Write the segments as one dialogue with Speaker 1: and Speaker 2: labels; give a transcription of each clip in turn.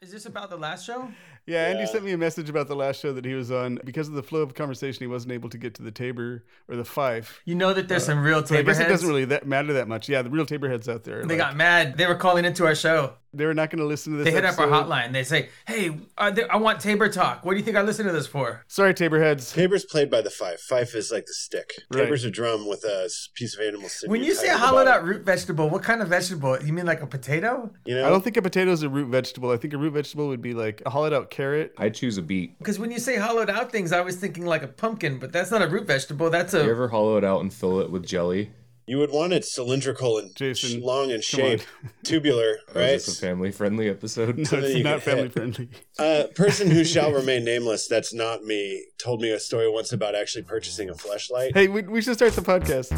Speaker 1: this about the last show?
Speaker 2: Yeah, Andy sent me a message about the last show that he was on. Because of the flow of conversation, he wasn't able to get to the Tabor or the Fife.
Speaker 1: You know that there's some real
Speaker 2: But Uh, I
Speaker 1: taper
Speaker 2: guess it
Speaker 1: heads.
Speaker 2: doesn't really that matter that much. Yeah, the real Tabor heads out there.
Speaker 1: they got mad. They were calling into our show.
Speaker 2: they were not going to listen to this.
Speaker 1: They hit up our
Speaker 2: episode.
Speaker 1: hotline. They say, "Hey, are there, I want Tabor talk. What do you think I listen to this for?"
Speaker 2: Sorry, Tabor heads.
Speaker 3: Tabor's played by the fife. Fife is like the stick.
Speaker 2: Right.
Speaker 3: Tabor's a drum with a s- piece of animal sinew.
Speaker 1: When you
Speaker 3: tied
Speaker 1: say
Speaker 3: to the
Speaker 1: hollowed
Speaker 3: bottom.
Speaker 1: out root vegetable, what kind of vegetable? You mean like a potato?
Speaker 3: you know,
Speaker 2: I don't think a potato is a root vegetable. I think a root vegetable would be like a hollowed out carrot.
Speaker 4: I choose a beet.
Speaker 1: Because when you say hollowed out things, I was thinking like a pumpkin, but that's not a root vegetable. That's
Speaker 4: You
Speaker 1: a
Speaker 4: ever hollow it out and fill it with jelly?
Speaker 3: you would want it cylindrical and
Speaker 2: Jason,
Speaker 3: sh- long
Speaker 2: come on.
Speaker 3: in shape, tubular,
Speaker 4: Or
Speaker 3: right?
Speaker 4: Is this a family friendly episode?
Speaker 2: No,
Speaker 3: that you
Speaker 2: it's not
Speaker 3: can
Speaker 2: family
Speaker 3: hit.
Speaker 2: friendly.
Speaker 3: Uh, person who shall remain nameless, that's not me, told me a story once about actually purchasing a flashlight.
Speaker 2: Hey, we, we should start the podcast.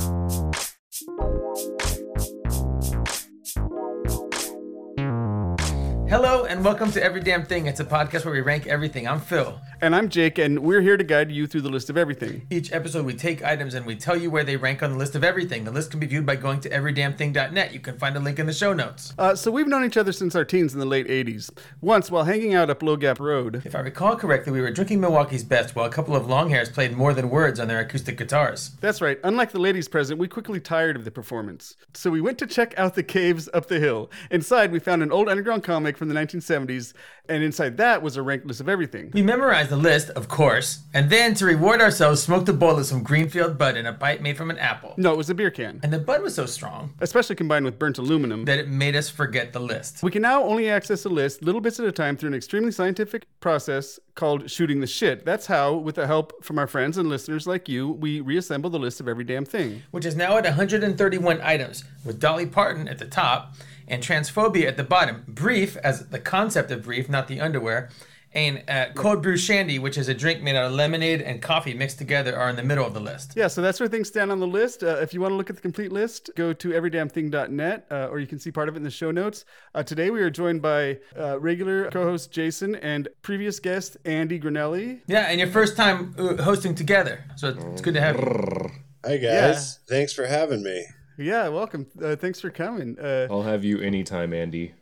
Speaker 1: hello and welcome to Every Damn Thing. It's a podcast where we rank everything. I'm Phil.
Speaker 2: And I'm Jake, and we're here to guide you through the list of everything.
Speaker 1: Each episode, we take items and we tell you where they rank on the list of everything. The list can be viewed by going to everydamnthing.net. You can find a link in the show notes.
Speaker 2: Uh, so we've known each other since our teens in the late 80s. Once, while hanging out up Low Gap Road,
Speaker 1: If I recall correctly, we were drinking Milwaukee's Best while a couple of long hairs played more than words on their acoustic guitars.
Speaker 2: that's right, unlike the ladies present, we quickly tired of the performance. So we went to check out the caves up the hill. Inside, we found an old underground comic from the 1970s, and inside that was a ranked list of everything.
Speaker 1: We memorized the list, of course, and then to reward ourselves, smoked a bowl of some Greenfield Bud in a pipe made from an apple.
Speaker 2: No, it was a beer can,
Speaker 1: And the Bud was so strong
Speaker 2: especially combined with burnt aluminum.
Speaker 1: that it made us forget the list.
Speaker 2: We can now only access a list little bits at a time through an extremely scientific process called shooting the shit. That's how, with the help from our friends and listeners like you, we reassemble the list of every damn thing.
Speaker 1: which is now at 131 items, with Dolly Parton at the top and transphobia at the bottom. Brief, as the concept of brief, not the underwear, and uh, cold brew shandy, which is a drink made out of lemonade and coffee mixed together, are in the middle of the list.
Speaker 2: Yeah, so that's where things stand on the list. Uh, if you want to look at the complete list, go to everydamnthing.net, uh, or you can see part of it in the show notes. Uh, today we are joined by uh, regular co-host Jason and previous guest Andy Grinelli.
Speaker 1: Yeah, and your first time uh, hosting together, so it's good to have you.
Speaker 3: Hi, guys. Thanks for having me.
Speaker 2: Yeah, welcome. Uh, thanks for coming. Uh,
Speaker 4: I'll have you anytime, Andy.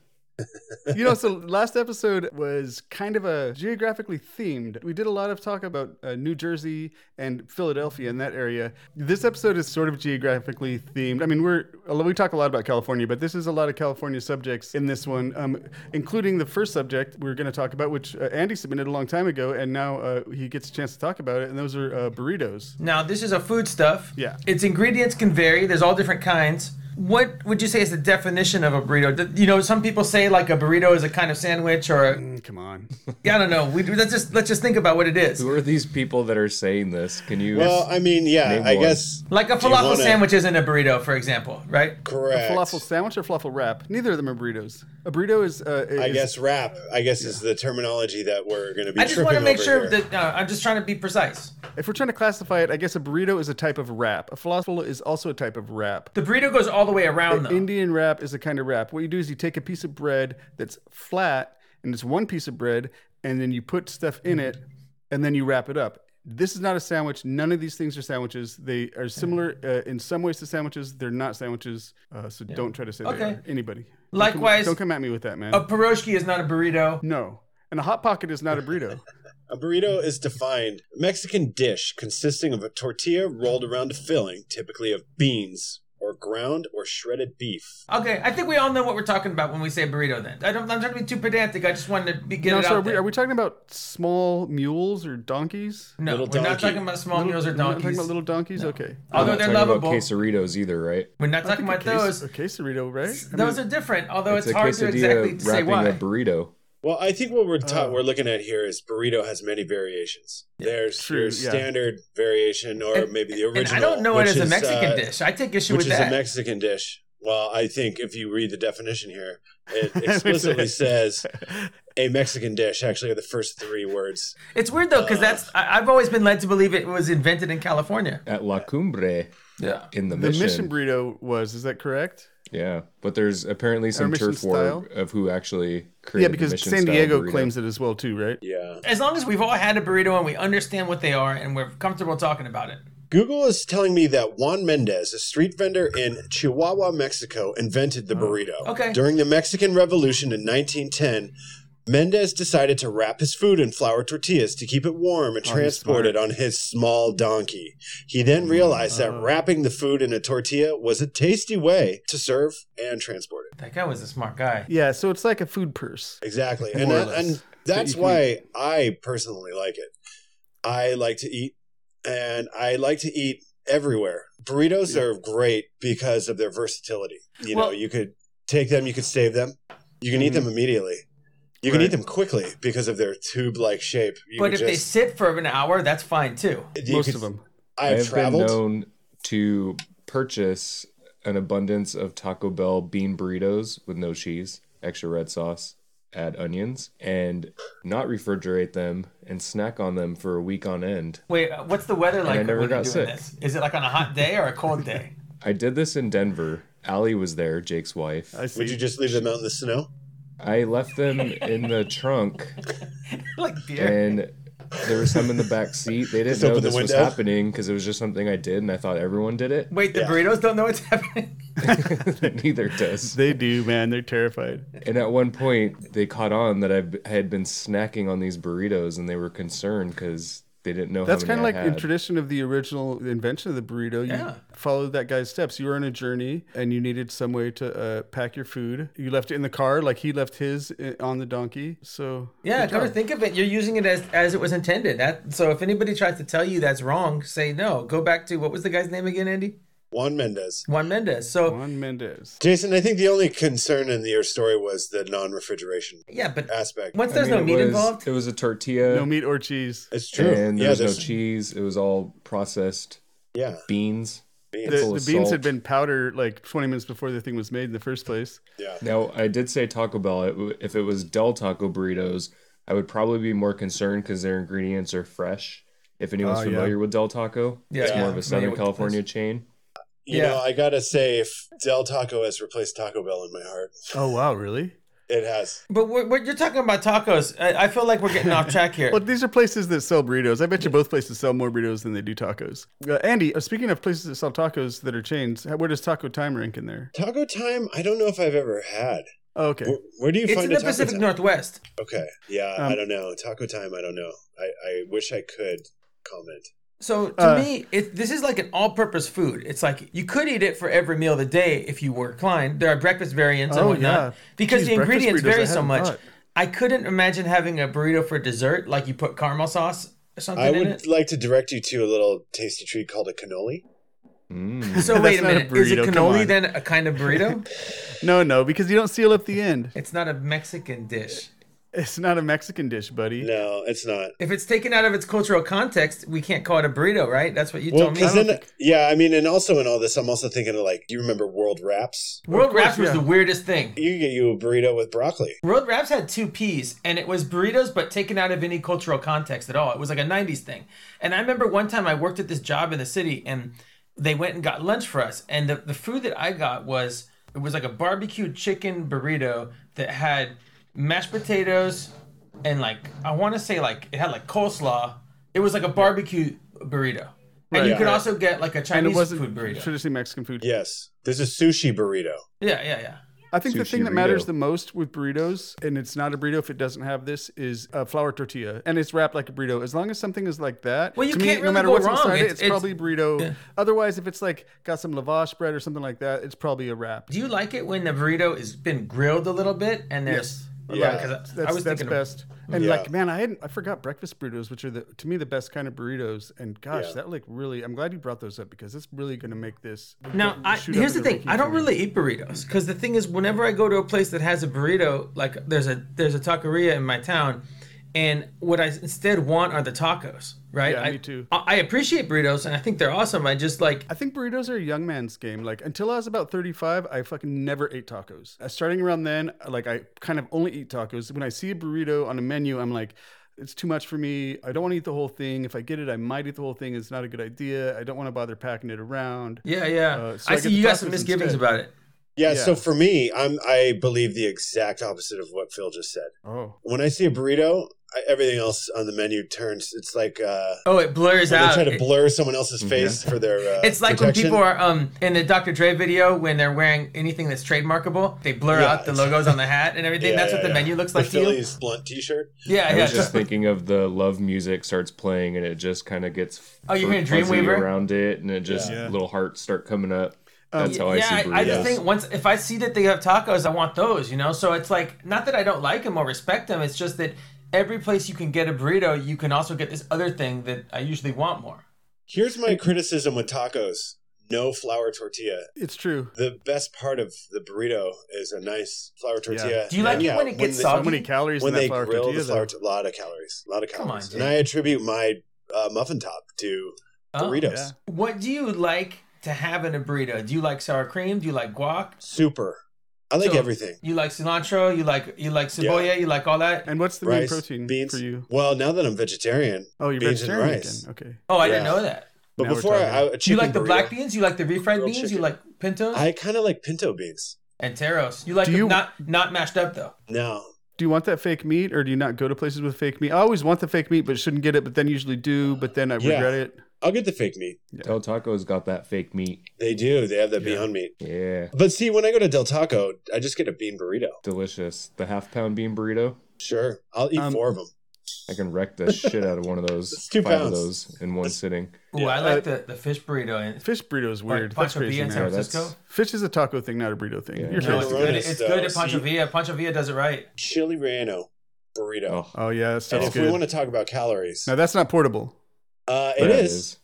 Speaker 2: you know, so last episode was kind of a geographically themed. We did a lot of talk about uh, New Jersey and Philadelphia and that area. This episode is sort of geographically themed. I mean, we're we talk a lot about California, but this is a lot of California subjects in this one, um, including the first subject we're going to talk about, which uh, Andy submitted a long time ago, and now uh, he gets a chance to talk about it. And those are uh, burritos.
Speaker 1: Now, this is a foodstuff.
Speaker 2: Yeah.
Speaker 1: Its ingredients can vary, there's all different kinds. What would you say is the definition of a burrito? Th- You know, some people say like a burrito is a kind of sandwich or a,
Speaker 2: Mm, Come on.
Speaker 1: yeah, I don't know. We, let's just let's just think about what it is.
Speaker 4: Who are these people that are saying this? Can you?
Speaker 3: Well, I mean, yeah,
Speaker 4: Name
Speaker 3: I
Speaker 4: one.
Speaker 3: guess
Speaker 1: Like a
Speaker 3: Do you
Speaker 1: falafel
Speaker 3: wanna-
Speaker 1: sandwich isn't a burrito, for example, right?
Speaker 3: correct.
Speaker 2: Falafel sandwich or falafel wrap? Neither of them are burritos. A burrito is. Uh, is
Speaker 3: I guess rap. I guess is the terminology that we're going to be.
Speaker 1: I just
Speaker 3: want to
Speaker 1: make sure
Speaker 3: here.
Speaker 1: that uh, I'm just trying to be precise.
Speaker 2: If we're trying to classify it, I guess a burrito is a type of wrap. A falafel is also a type of wrap.
Speaker 1: The burrito goes all the way around, though.
Speaker 2: Indian wrap is a kind of wrap. What you do is you take a piece of bread that's flat and it's one piece of bread, and then you put stuff in it, and then you wrap it up. This is not a sandwich. None of these things are sandwiches. They are similar uh, in some ways to sandwiches. They're not sandwiches, uh, so don't try to say they
Speaker 1: Okay.
Speaker 2: are. Anybody. Don't come-
Speaker 1: Likewise-
Speaker 2: don't come at me with that, man.
Speaker 1: a pierogi is not a burrito.
Speaker 2: no. And a hot pocket is not a burrito.
Speaker 3: A burrito is defined Mexican dish consisting of a tortilla rolled around a filling, typically of beans or ground or shredded beef.
Speaker 1: Okay, I think we all know what we're talking about when we say burrito. Then I don't, I'm trying to be too pedantic. I just wanted to be, get
Speaker 2: No,
Speaker 1: it
Speaker 2: so
Speaker 1: out
Speaker 2: are, we,
Speaker 1: there.
Speaker 2: are we talking about small mules or donkeys?
Speaker 1: no, we're
Speaker 3: Little
Speaker 1: not
Speaker 3: donkey.
Speaker 1: talking about small mules or
Speaker 2: We're not talking
Speaker 1: donkeys.
Speaker 2: about little donkeys? Okay.
Speaker 4: I'm
Speaker 1: although
Speaker 4: not
Speaker 1: they're
Speaker 4: talking
Speaker 1: lovable,
Speaker 4: about quesaritos either, right?
Speaker 1: we're not talking
Speaker 2: A
Speaker 1: about
Speaker 2: ques-
Speaker 1: those.
Speaker 2: A quesarito, right? I
Speaker 1: Those
Speaker 2: mean,
Speaker 1: are different. Although it's,
Speaker 4: a
Speaker 1: hard to
Speaker 4: quesadilla
Speaker 1: exactly say
Speaker 4: wrapping
Speaker 1: why.
Speaker 4: a burrito.
Speaker 3: Well, I think what we're taught, we're looking at here is burrito has many variations. There's
Speaker 2: True,
Speaker 3: your
Speaker 2: Oh. yeah.
Speaker 3: standard variation, or
Speaker 1: And-
Speaker 3: maybe the
Speaker 1: and
Speaker 3: original.
Speaker 1: I don't know it
Speaker 3: which
Speaker 1: as a
Speaker 3: is,
Speaker 1: Mexican
Speaker 3: uh,
Speaker 1: dish. I take issue
Speaker 3: which
Speaker 1: with
Speaker 3: is
Speaker 1: that.
Speaker 3: a Mexican dish. Well, I think if you read the definition here, it
Speaker 2: Which
Speaker 3: explicitly
Speaker 2: is-
Speaker 3: says a Mexican dish. Actually, are the first three words.
Speaker 1: it's weird though, because that's I, I've always been led to believe it was invented in California.
Speaker 4: At La Cumbre
Speaker 1: Yeah.
Speaker 4: in the,
Speaker 2: the
Speaker 4: mission.
Speaker 2: mission burrito was, is that correct?
Speaker 4: Yeah, but there's apparently some
Speaker 2: mission
Speaker 4: turf war
Speaker 2: style?
Speaker 4: of who actually created.
Speaker 2: Yeah,
Speaker 4: the
Speaker 2: because
Speaker 4: mission
Speaker 2: San
Speaker 4: style
Speaker 2: Diego
Speaker 4: burrito.
Speaker 2: claims it as well, too, right?
Speaker 3: Yeah.
Speaker 1: As long as we've all had a burrito and we understand what they are and we're comfortable talking about it.
Speaker 3: Google is telling me that Juan Mendez, a street vendor in
Speaker 2: Oh,
Speaker 3: Chihuahua, Mexico, invented the burrito.
Speaker 1: Okay.
Speaker 3: During the Mexican Revolution in 1910, Mendez decided to wrap his food in flour tortillas to keep it warm and
Speaker 2: Oh, he's
Speaker 3: transport it on his small donkey. He then realized that
Speaker 2: Oh.
Speaker 3: wrapping the food in a tortilla was a tasty way to serve and transport it.
Speaker 1: That guy was a smart guy.
Speaker 2: Yeah, so it's like a food purse.
Speaker 3: Exactly. And,
Speaker 2: More or
Speaker 3: that-
Speaker 2: less.
Speaker 3: and that's
Speaker 2: you can
Speaker 3: why I personally like it. I like to eat and I like to eat everywhere. Burritos are great because of their versatility. You know,
Speaker 1: Well-
Speaker 3: you could take them, you could save them, you can eat them immediately. You can eat them quickly because of their tube-like shape. You
Speaker 1: but
Speaker 3: could
Speaker 1: if they
Speaker 3: just-
Speaker 1: sit for an hour, that's fine too.
Speaker 3: you
Speaker 2: Most
Speaker 3: could-
Speaker 2: of them.
Speaker 3: I
Speaker 4: I
Speaker 3: have
Speaker 4: have been
Speaker 3: traveled.
Speaker 4: known to purchase an abundance of Taco Bell bean burritos with no cheese, extra red sauce, add onions, and not refrigerate them and snack on them for a week on end.
Speaker 1: Wait, uh, what's the weather like
Speaker 4: I never
Speaker 1: when you're
Speaker 4: got
Speaker 1: doing
Speaker 4: sick.
Speaker 1: this? Is it like on a hot day or a cold day?
Speaker 4: I did this in Denver. Allie was there, Jake's wife.
Speaker 2: I see.
Speaker 3: Would you just leave them out in the snow?
Speaker 4: I left them in the trunk
Speaker 1: like beer.
Speaker 4: and there was some in the back seat. They didn't
Speaker 3: Just
Speaker 4: know
Speaker 3: open the
Speaker 4: this was
Speaker 3: window.
Speaker 4: happening because it was just something I did and I thought everyone did it.
Speaker 1: Wait, the
Speaker 3: Yeah.
Speaker 1: burritos don't know what's happening.
Speaker 4: Neither does.
Speaker 2: they do, man. They're terrified.
Speaker 4: And at one point, they caught on that I b- had been snacking on these burritos, and they were concerned because they didn't know.
Speaker 2: That's
Speaker 4: how
Speaker 2: kind of
Speaker 4: many
Speaker 2: like
Speaker 4: I
Speaker 2: in
Speaker 4: had.
Speaker 2: tradition of the original invention of the burrito. You
Speaker 1: Yeah.
Speaker 2: followed that guy's steps. You were on a journey and you needed some way to uh, pack your food. You left it in the car, like he left his i- on the donkey. So
Speaker 1: Yeah,
Speaker 2: good
Speaker 1: come to
Speaker 2: job.
Speaker 1: think of it, you're using it as as it was intended. That so if anybody tries to tell you that's wrong, say no. Go back to what was the guy's name again, Andy?
Speaker 3: Juan Mendez.
Speaker 1: Juan Mendez. So
Speaker 2: Juan Mendez.
Speaker 3: Jason, I think the only concern in your story was the non-refrigeration
Speaker 1: yeah, but
Speaker 3: aspect.
Speaker 1: once
Speaker 4: I
Speaker 1: there's
Speaker 4: mean,
Speaker 1: no
Speaker 4: it
Speaker 1: meat
Speaker 4: was-
Speaker 1: involved,
Speaker 4: It was a tortilla,
Speaker 2: No meat or cheese.
Speaker 3: It's true.
Speaker 4: and there
Speaker 3: yeah,
Speaker 4: was no
Speaker 3: there's-
Speaker 4: cheese. It was all processed
Speaker 3: yeah,
Speaker 4: beans.
Speaker 2: The,
Speaker 3: beans.
Speaker 4: full
Speaker 2: the
Speaker 4: of
Speaker 2: beans had
Speaker 4: salt.
Speaker 2: been powdered like 20 minutes before the thing was made in the first place.
Speaker 3: yeah.
Speaker 4: Now, I did say Taco Bell. It w- If it was Del Taco burritos, I would probably be more concerned because their ingredients are fresh. If anyone's
Speaker 2: Oh, yeah.
Speaker 4: familiar with Del Taco,
Speaker 1: Yeah,
Speaker 4: it's
Speaker 1: yeah,
Speaker 4: more of
Speaker 1: I'm
Speaker 4: a Southern
Speaker 1: familiar with the
Speaker 4: California chain.
Speaker 3: You
Speaker 1: Yeah.
Speaker 3: know, I gotta say, if Del Taco has replaced Taco Bell in my heart,
Speaker 2: Oh, wow. Really?
Speaker 3: it has.
Speaker 1: but we're, we're, you're talking about tacos. I, I feel like we're getting off track here.
Speaker 2: Well, these are places that sell burritos. I bet you both places sell more burritos than they do tacos. Uh, Andy, uh, speaking of places that sell tacos that are chains, how- where does Taco Time rank in there?
Speaker 3: Taco time, I don't know if I've ever had.
Speaker 2: Oh, okay.
Speaker 3: Where, where do you
Speaker 1: it's
Speaker 3: find
Speaker 1: in the
Speaker 3: a taco
Speaker 1: Pacific
Speaker 3: time?
Speaker 1: Northwest.
Speaker 3: Okay, yeah,
Speaker 2: Um,
Speaker 3: I don't know. Taco time, I don't know. I, I wish I could comment.
Speaker 1: So to
Speaker 2: Uh,
Speaker 1: me, it, this is like an all-purpose food. It's like you could eat it for every meal of the day if you were inclined. There are breakfast variants and
Speaker 2: Oh,
Speaker 1: whatnot
Speaker 2: yeah.
Speaker 1: because
Speaker 2: Geez,
Speaker 1: the
Speaker 2: breakfast
Speaker 1: ingredients
Speaker 2: burritos, I
Speaker 1: vary so
Speaker 2: hadn't
Speaker 1: much.
Speaker 2: thought.
Speaker 1: I couldn't imagine having a burrito for dessert, like you put caramel sauce or something
Speaker 3: I
Speaker 1: in
Speaker 3: would
Speaker 1: it.
Speaker 3: like to direct you to a little tasty treat called a cannoli.
Speaker 4: Mm.
Speaker 1: So wait a
Speaker 2: not a
Speaker 1: minute, is a
Speaker 2: burrito, come
Speaker 1: cannoli
Speaker 2: on.
Speaker 1: then a kind of burrito?
Speaker 2: No, no, because you don't seal up the end.
Speaker 1: it's not a Mexican dish.
Speaker 2: It's not a Mexican dish, buddy.
Speaker 3: No, it's not.
Speaker 1: If it's taken out of its cultural context, we can't call it a burrito, right? That's what you
Speaker 3: Well,
Speaker 1: told
Speaker 3: because
Speaker 1: me.
Speaker 3: then, yeah, I mean, and also in all this, I'm also thinking of like, you remember World Wraps?
Speaker 1: World
Speaker 2: course,
Speaker 1: wraps was
Speaker 2: yeah.
Speaker 1: the weirdest thing.
Speaker 3: You could get you a burrito with broccoli.
Speaker 1: World Wraps had two P's, and it was burritos, but taken out of any cultural context at all. It was like a 90s thing. And I remember one time I worked at this job in the city, and they went and got lunch for us. And the, the food that I got was it was like a barbecue chicken burrito that had mashed potatoes and like, I want to say like it had like coleslaw. It was like a barbecue burrito. And you
Speaker 2: Right,
Speaker 1: could
Speaker 2: right.
Speaker 1: also get like a
Speaker 2: And it
Speaker 1: Chinese
Speaker 2: wasn't
Speaker 1: food burrito.
Speaker 2: traditionally Mexican food.
Speaker 3: Yes, there's a sushi burrito.
Speaker 1: yeah, yeah, yeah.
Speaker 2: I think the
Speaker 4: Sushi
Speaker 2: thing that matters
Speaker 4: burrito.
Speaker 2: the most with burritos, and it's not a burrito if it doesn't have this, is a flour tortilla, and it's wrapped like a burrito. As long as something is like that,
Speaker 1: Well, you
Speaker 2: to
Speaker 1: can't
Speaker 2: me, no
Speaker 1: really
Speaker 2: matter
Speaker 1: go
Speaker 2: what's
Speaker 1: wrong.
Speaker 2: inside it,
Speaker 1: It's-
Speaker 2: it's,
Speaker 1: it's-
Speaker 2: probably a burrito. Otherwise, if it's like got some lavash bread or something like that, it's probably a wrap.
Speaker 1: Do you like it when the burrito has been grilled a little bit and there's.
Speaker 3: Yeah.
Speaker 1: because I-
Speaker 2: That's,
Speaker 1: I was
Speaker 2: that's
Speaker 1: thinking of-
Speaker 2: best. And
Speaker 3: Yeah.
Speaker 2: like, man, I hadn't, I forgot breakfast burritos, which are the to me the best kind of burritos. And gosh,
Speaker 3: Yeah.
Speaker 2: that like really, I'm glad you brought those up because it's really going to make this.
Speaker 1: Now, I,
Speaker 2: shoot up
Speaker 1: here's
Speaker 2: in
Speaker 1: the thing.
Speaker 2: ranking
Speaker 1: I
Speaker 2: for
Speaker 1: don't
Speaker 2: me.
Speaker 1: really eat burritos because the thing is, whenever I go to a place that has a burrito, like there's a there's a taqueria in my town, and what I instead want are the tacos. Right?
Speaker 2: Yeah,
Speaker 1: I,
Speaker 2: me too.
Speaker 1: I, I appreciate burritos and I think they're awesome. I just like
Speaker 2: I think burritos are a young man's game. Like until I was about 35, I fucking never ate tacos. Uh, starting around then, like I kind of only eat tacos. When I see a burrito on a menu, I'm like, it's too much for me. I don't want to eat the whole thing. If I get it, I might eat the whole thing. It's not a good idea. I don't want to bother packing it around.
Speaker 1: yeah, yeah.
Speaker 2: Uh, so
Speaker 1: I,
Speaker 2: I get
Speaker 1: see
Speaker 2: the
Speaker 1: you got some
Speaker 2: tacos
Speaker 1: misgivings
Speaker 2: instead.
Speaker 1: about it.
Speaker 3: Yeah,
Speaker 2: Yeah.
Speaker 3: so for me, I'm I believe the exact opposite of what Phil just said.
Speaker 2: Oh,
Speaker 3: When I see a burrito, I, everything else on the menu turns. It's like uh,
Speaker 1: Oh, it blurs
Speaker 3: when they
Speaker 1: out.
Speaker 3: try to
Speaker 1: It-
Speaker 3: blur someone
Speaker 2: Mm-hmm.
Speaker 3: else's face for their. Uh,
Speaker 1: it's like
Speaker 3: protection.
Speaker 1: when people are um in the Dr. Dre video when they're wearing anything that's trademarkable, they blur
Speaker 3: Yeah,
Speaker 1: out the
Speaker 3: it's-
Speaker 1: logos on the hat and everything.
Speaker 3: Yeah,
Speaker 1: that's what
Speaker 3: yeah,
Speaker 1: the
Speaker 3: yeah.
Speaker 1: menu looks
Speaker 3: The
Speaker 1: like to you.
Speaker 3: Phillies blunt T-shirt.
Speaker 1: Yeah,
Speaker 4: I
Speaker 1: yeah.
Speaker 4: was just thinking of the love music starts playing and it just kind of gets
Speaker 1: Oh, you're hearing
Speaker 4: fuzzy
Speaker 1: Dreamweaver?
Speaker 4: around it and it just
Speaker 2: Yeah.
Speaker 4: little hearts start coming up.
Speaker 2: Um,
Speaker 4: That's how I
Speaker 1: yeah,
Speaker 4: see burritos.
Speaker 1: I, just think once if I see that they have tacos, I want those, you know. So it's like not that I don't like them or respect them. It's just that every place you can get a burrito, you can also get this other thing that I usually want more.
Speaker 3: Here's my criticism with tacos: no flour tortilla.
Speaker 2: It's true.
Speaker 3: The best part of the burrito is a nice flour tortilla.
Speaker 1: Do you like
Speaker 3: And
Speaker 1: it
Speaker 3: yeah,
Speaker 1: when it gets
Speaker 3: they-
Speaker 2: So
Speaker 1: soggy?
Speaker 2: many calories
Speaker 3: When
Speaker 2: in that
Speaker 3: they
Speaker 2: flour
Speaker 3: grill
Speaker 2: tortilla.
Speaker 3: the flour,
Speaker 2: though.
Speaker 3: a lot of calories, a lot of
Speaker 1: Come on,
Speaker 3: calories.
Speaker 1: dude.
Speaker 3: and I attribute my uh, muffin top to
Speaker 1: Oh.
Speaker 3: burritos.
Speaker 2: yeah.
Speaker 1: What do you like to have in a burrito? Do you like sour cream? Do you like guac?
Speaker 3: Super. I like
Speaker 1: So-
Speaker 3: everything.
Speaker 1: You like cilantro? You like you like cebolla? You like all that?
Speaker 2: And what's the main
Speaker 3: Rice,
Speaker 2: protein
Speaker 3: beans.
Speaker 2: for you?
Speaker 3: Well, now that I'm vegetarian,
Speaker 2: Oh, you're
Speaker 3: beans
Speaker 2: vegetarian
Speaker 3: and rice.
Speaker 2: again. Okay.
Speaker 1: Oh, I didn't
Speaker 3: Yeah.
Speaker 1: know that.
Speaker 3: But
Speaker 2: Now we're
Speaker 3: before I,
Speaker 2: talking.
Speaker 3: I a
Speaker 1: Do you
Speaker 3: chicken
Speaker 1: like the black
Speaker 3: burrito.
Speaker 1: beans? You like the refried
Speaker 3: Grilled
Speaker 1: beans? You
Speaker 3: chicken.
Speaker 1: like pintos
Speaker 3: I kind of like pinto beans.
Speaker 1: and taros? You like
Speaker 2: Do
Speaker 1: them
Speaker 2: you-
Speaker 1: not not mashed up though?
Speaker 3: No,
Speaker 2: Do you want that fake meat, or do you not go to places with fake meat? I always want the fake meat, but shouldn't get it. But then usually do. But then I
Speaker 3: Yeah.
Speaker 2: regret it.
Speaker 3: I'll get the fake meat.
Speaker 4: Del Taco's got that fake meat.
Speaker 3: They do. They have that
Speaker 2: Yeah.
Speaker 3: Beyond Meat.
Speaker 4: Yeah,
Speaker 3: But see, when I go to Del Taco, I just get a bean burrito.
Speaker 4: delicious. The half pound bean burrito.
Speaker 3: Sure, I'll eat
Speaker 2: Um,
Speaker 3: four of them.
Speaker 4: I can wreck the shit out of one of those.
Speaker 3: It's two
Speaker 4: five of
Speaker 3: pounds.
Speaker 4: those in one sitting.
Speaker 1: Ooh,
Speaker 3: Yeah.
Speaker 1: I like the, the fish burrito and
Speaker 2: Fish burrito is weird. That's
Speaker 1: Pancho
Speaker 2: crazy.
Speaker 1: Villa in
Speaker 2: man.
Speaker 1: San
Speaker 4: Yeah, that's-
Speaker 1: Francisco.
Speaker 2: Fish is a taco thing, not a burrito thing.
Speaker 4: Yeah.
Speaker 2: You're
Speaker 1: No,
Speaker 2: no,
Speaker 1: it's
Speaker 3: Chicharrones,
Speaker 1: good. It's
Speaker 3: though.
Speaker 1: good at Pancho
Speaker 3: See?
Speaker 1: Villa. Pancho Villa does it right.
Speaker 3: Chili relleno burrito.
Speaker 4: Oh,
Speaker 2: Oh yeah, that
Speaker 3: and
Speaker 2: stuff's
Speaker 3: if
Speaker 2: good.
Speaker 3: we want to talk about calories,
Speaker 2: Now that's not portable.
Speaker 3: uh,
Speaker 4: that
Speaker 3: it is.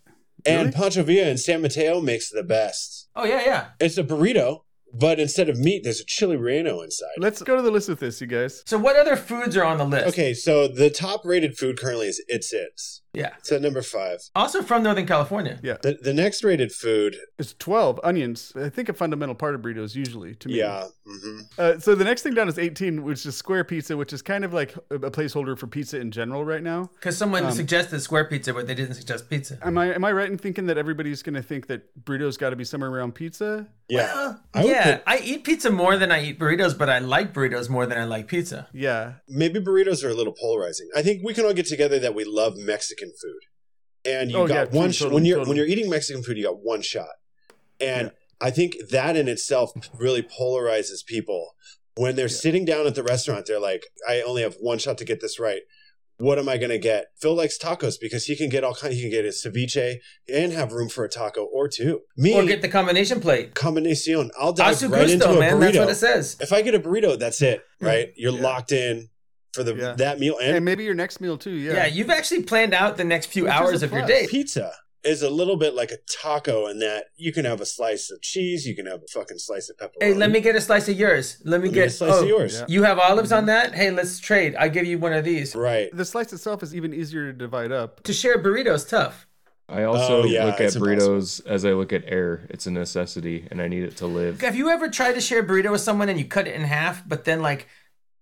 Speaker 2: Really?
Speaker 3: And Pancho Villa in San Mateo makes the best.
Speaker 1: Oh yeah, yeah.
Speaker 3: It's a burrito, but instead of meat, there's a chili relleno inside.
Speaker 2: Let's go to the list with this, you guys.
Speaker 1: So what other foods are on the list?
Speaker 3: Okay, so the top rated food currently is It's It's.
Speaker 1: Yeah.
Speaker 3: It's at number five.
Speaker 1: Also from Northern California.
Speaker 3: The, the next rated food,
Speaker 2: It's twelve onions. I think a fundamental part of burritos usually to me.
Speaker 3: yeah. hmm
Speaker 2: Uh, so the next thing down is 18, which is square pizza, which is kind of like a a placeholder for pizza in general right now.
Speaker 1: Because someone
Speaker 3: Um,
Speaker 1: suggested square pizza, but they didn't suggest pizza.
Speaker 3: Uh,
Speaker 2: Am I am I right in thinking that everybody's going to think that burritos got to be somewhere around pizza?
Speaker 3: Yeah.
Speaker 1: Well,
Speaker 3: I would
Speaker 1: yeah,
Speaker 3: put-
Speaker 1: I eat pizza more than I eat burritos, but I like burritos more than I like pizza.
Speaker 2: Yeah,
Speaker 3: maybe burritos are a little polarizing. I think we can all get together that we love Mexican food, and you
Speaker 2: Oh, yeah,
Speaker 3: got one sh-
Speaker 2: totally,
Speaker 3: when you're
Speaker 2: totally.
Speaker 3: when you're eating Mexican food, you got one shot, and I think that in itself really polarizes people when they're sitting down at the restaurant. They're like, I only have one shot to get this right. What am I going to get? Phil likes tacos because he can get all kind. He can get his ceviche and have room for a taco or two. Me,
Speaker 1: Or get the combination plate.
Speaker 3: combination. I'll dive
Speaker 1: Asu
Speaker 3: right into
Speaker 1: gusto,
Speaker 3: a
Speaker 1: man.
Speaker 3: burrito
Speaker 1: That's what it says.
Speaker 3: if I get a burrito, that's it, right? You're
Speaker 2: Yeah.
Speaker 3: locked in for the
Speaker 2: Yeah.
Speaker 3: that meal and,
Speaker 2: and maybe your next meal too. Yeah,
Speaker 1: Yeah, you've actually planned out the next few
Speaker 2: Which is
Speaker 1: hours
Speaker 2: a
Speaker 1: of your
Speaker 2: plus.
Speaker 1: day.
Speaker 3: pizza is a little bit like a taco in that you can have a slice of cheese, you can have a fucking slice of pepperoni.
Speaker 1: Hey, let me get a slice of yours. Let me
Speaker 3: Let me
Speaker 1: get,
Speaker 3: a slice
Speaker 1: oh,
Speaker 3: of yours.
Speaker 2: Yeah.
Speaker 1: You have olives on that? Hey, let's trade. I give you one of these.
Speaker 3: Right.
Speaker 2: the slice itself is even easier to divide up.
Speaker 1: To share burritos, tough.
Speaker 4: I also
Speaker 3: Oh, yeah,
Speaker 4: look at
Speaker 3: it's
Speaker 4: burritos as I look at air. It's a necessity, and I need it to live.
Speaker 1: Have you ever tried to share a burrito with someone and you cut it in half, but then like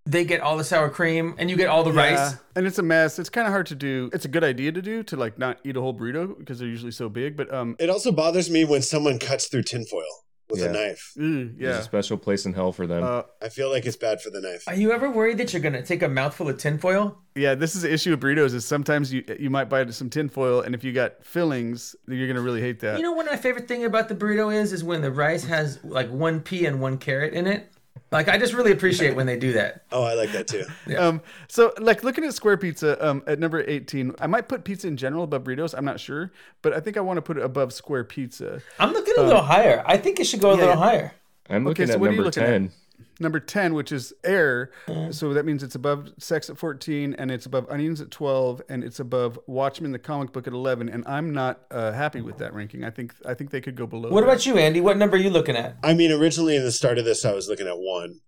Speaker 1: they get all the sour cream and you get all the
Speaker 2: Yeah,
Speaker 1: rice?
Speaker 2: and it's a mess. It's kind of hard to do. It's a good idea to do to like not eat a whole burrito because they're usually so big. But um,
Speaker 3: It also bothers me when someone cuts through tinfoil with
Speaker 4: Yeah.
Speaker 3: a knife.
Speaker 2: ew,
Speaker 4: There's a
Speaker 2: yeah.
Speaker 4: special place in hell for them.
Speaker 2: Uh,
Speaker 3: I feel like it's bad for the knife.
Speaker 1: Are you ever worried that you're gonna take a mouthful of tinfoil?
Speaker 2: Yeah, this is the issue with burritos is sometimes you you might buy some tinfoil, and if you got fillings, you're gonna really hate that.
Speaker 1: You know, one of my favorite thing about the burrito is is when the rice has like one pea and one carrot in it. Like I just really appreciate when they do that.
Speaker 3: Oh, I like that too.
Speaker 2: Um, so like looking at square pizza um, at number 18, I might put pizza in general above burritos. I'm not sure, but I think I want to put it above square pizza.
Speaker 1: I'm looking
Speaker 3: Uh,
Speaker 1: a little higher. I think it should go a little
Speaker 2: yeah.
Speaker 1: higher.
Speaker 4: I'm
Speaker 2: okay,
Speaker 4: looking
Speaker 2: so
Speaker 4: at
Speaker 2: what are you
Speaker 4: number
Speaker 2: looking at?
Speaker 4: 10.
Speaker 2: Number 10, which is air.
Speaker 1: Mm-hmm.
Speaker 2: So that means it's above sex at 14 and it's above onions at 12 and it's above Watchmen the comic book at 11. And I'm not uh, happy with that ranking. I think I think they could go below.
Speaker 1: What
Speaker 2: that.
Speaker 1: about you, Andy? What number are you looking at?
Speaker 3: I mean, originally in the start of this, I was looking at one,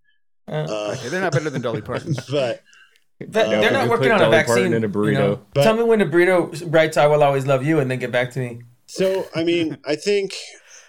Speaker 3: uh,
Speaker 2: Okay, they're not better than Dolly Parton.
Speaker 3: but
Speaker 1: That- they're
Speaker 4: No, we
Speaker 1: not
Speaker 4: Um, put
Speaker 1: working on a
Speaker 4: Dolly Parton
Speaker 1: vaccine.
Speaker 4: in a
Speaker 1: you
Speaker 4: burrito.
Speaker 1: know?
Speaker 3: But-
Speaker 1: Tell me when a burrito writes "I will always love you" and then get back to me.
Speaker 3: so I mean, I think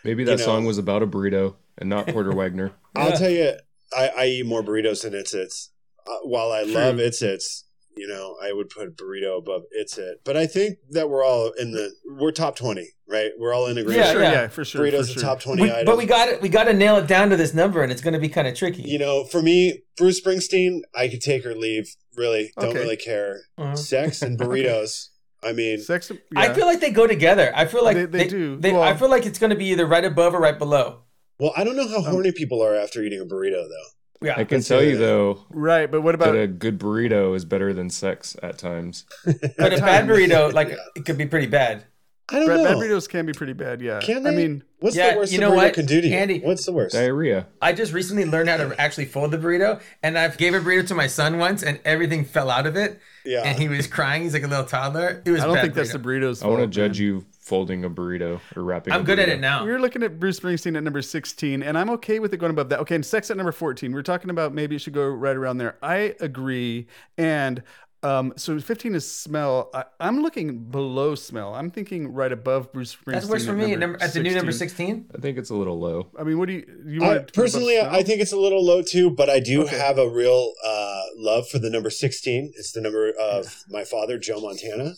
Speaker 4: Maybe that
Speaker 3: know.
Speaker 4: song was about a burrito and not Porter Wagner.
Speaker 3: I'll tell you, I, I eat more burritos than it's it's. Uh, while I love it's it's, you know, I would put burrito above it's it. But I think that we're all in the we're top twenty, right? We're all in agreement.
Speaker 1: Yeah,
Speaker 2: sure,
Speaker 1: yeah.
Speaker 2: yeah. for sure.
Speaker 3: Burritos
Speaker 2: for
Speaker 3: the
Speaker 2: sure.
Speaker 3: top twenty
Speaker 1: We-
Speaker 3: item.
Speaker 1: but we got it. We got to nail it down to this number, and it's going to be kind of tricky.
Speaker 3: you know, for me, Bruce Springsteen, I could take or leave. really don't
Speaker 2: Okay.
Speaker 3: really care.
Speaker 1: Uh-huh.
Speaker 3: Sex and burritos. I mean,
Speaker 2: Sex. Yeah.
Speaker 1: I feel like they go together. I feel like
Speaker 2: They- they do.
Speaker 1: I
Speaker 2: Well-
Speaker 1: feel like it's going to be either right above or right below.
Speaker 3: well, I don't know
Speaker 2: Um,
Speaker 3: how horny people are after eating a burrito though.
Speaker 1: Yeah,
Speaker 4: I can tell you though
Speaker 2: right, but what
Speaker 4: that
Speaker 2: about
Speaker 4: a good burrito is better than sex at times.
Speaker 1: but a
Speaker 2: at
Speaker 1: bad
Speaker 2: times.
Speaker 1: burrito, like it could be pretty bad.
Speaker 3: I don't
Speaker 2: Brad, bad
Speaker 3: know.
Speaker 2: burritos can be pretty bad. Yeah.
Speaker 3: Can
Speaker 2: I
Speaker 3: they?
Speaker 2: mean,
Speaker 3: What's
Speaker 1: Yeah,
Speaker 3: the worst
Speaker 1: you
Speaker 3: a
Speaker 1: know
Speaker 3: burrito
Speaker 1: what,
Speaker 3: can do to you?
Speaker 1: Andy?
Speaker 3: What's the worst?
Speaker 4: Diarrhea.
Speaker 1: I just recently learned how to actually fold the burrito, and I gave a burrito to my son once, and everything fell out of it,
Speaker 3: Yeah.
Speaker 1: and he was crying. He's like a little toddler. It was.
Speaker 2: I don't
Speaker 1: bad
Speaker 2: think that's
Speaker 1: burrito.
Speaker 2: the burritos.
Speaker 4: I want to
Speaker 2: fault,
Speaker 4: judge you folding a burrito or wrapping.
Speaker 1: I'm
Speaker 4: a
Speaker 1: good at
Speaker 4: burrito.
Speaker 1: it now.
Speaker 2: We were looking at Bruce Springsteen at number 16, and I'm okay with it going above that. Okay, and sex at number 14. We We're talking about maybe it should go right around there. I agree. And um, so 15 is smell. I, I'm looking below smell. I'm thinking right above Bruce Springsteen.
Speaker 1: That's worse for
Speaker 2: at
Speaker 1: me. Number, at the new number 16.
Speaker 4: I think it's a little low.
Speaker 2: I mean, what do you, you
Speaker 3: I,
Speaker 2: want to put above
Speaker 3: personally,
Speaker 2: smell?
Speaker 3: I I think it's a little low too, but I do
Speaker 2: Okay.
Speaker 3: have a real uh, love for the number 16. It's the number of my father, Joe Montana.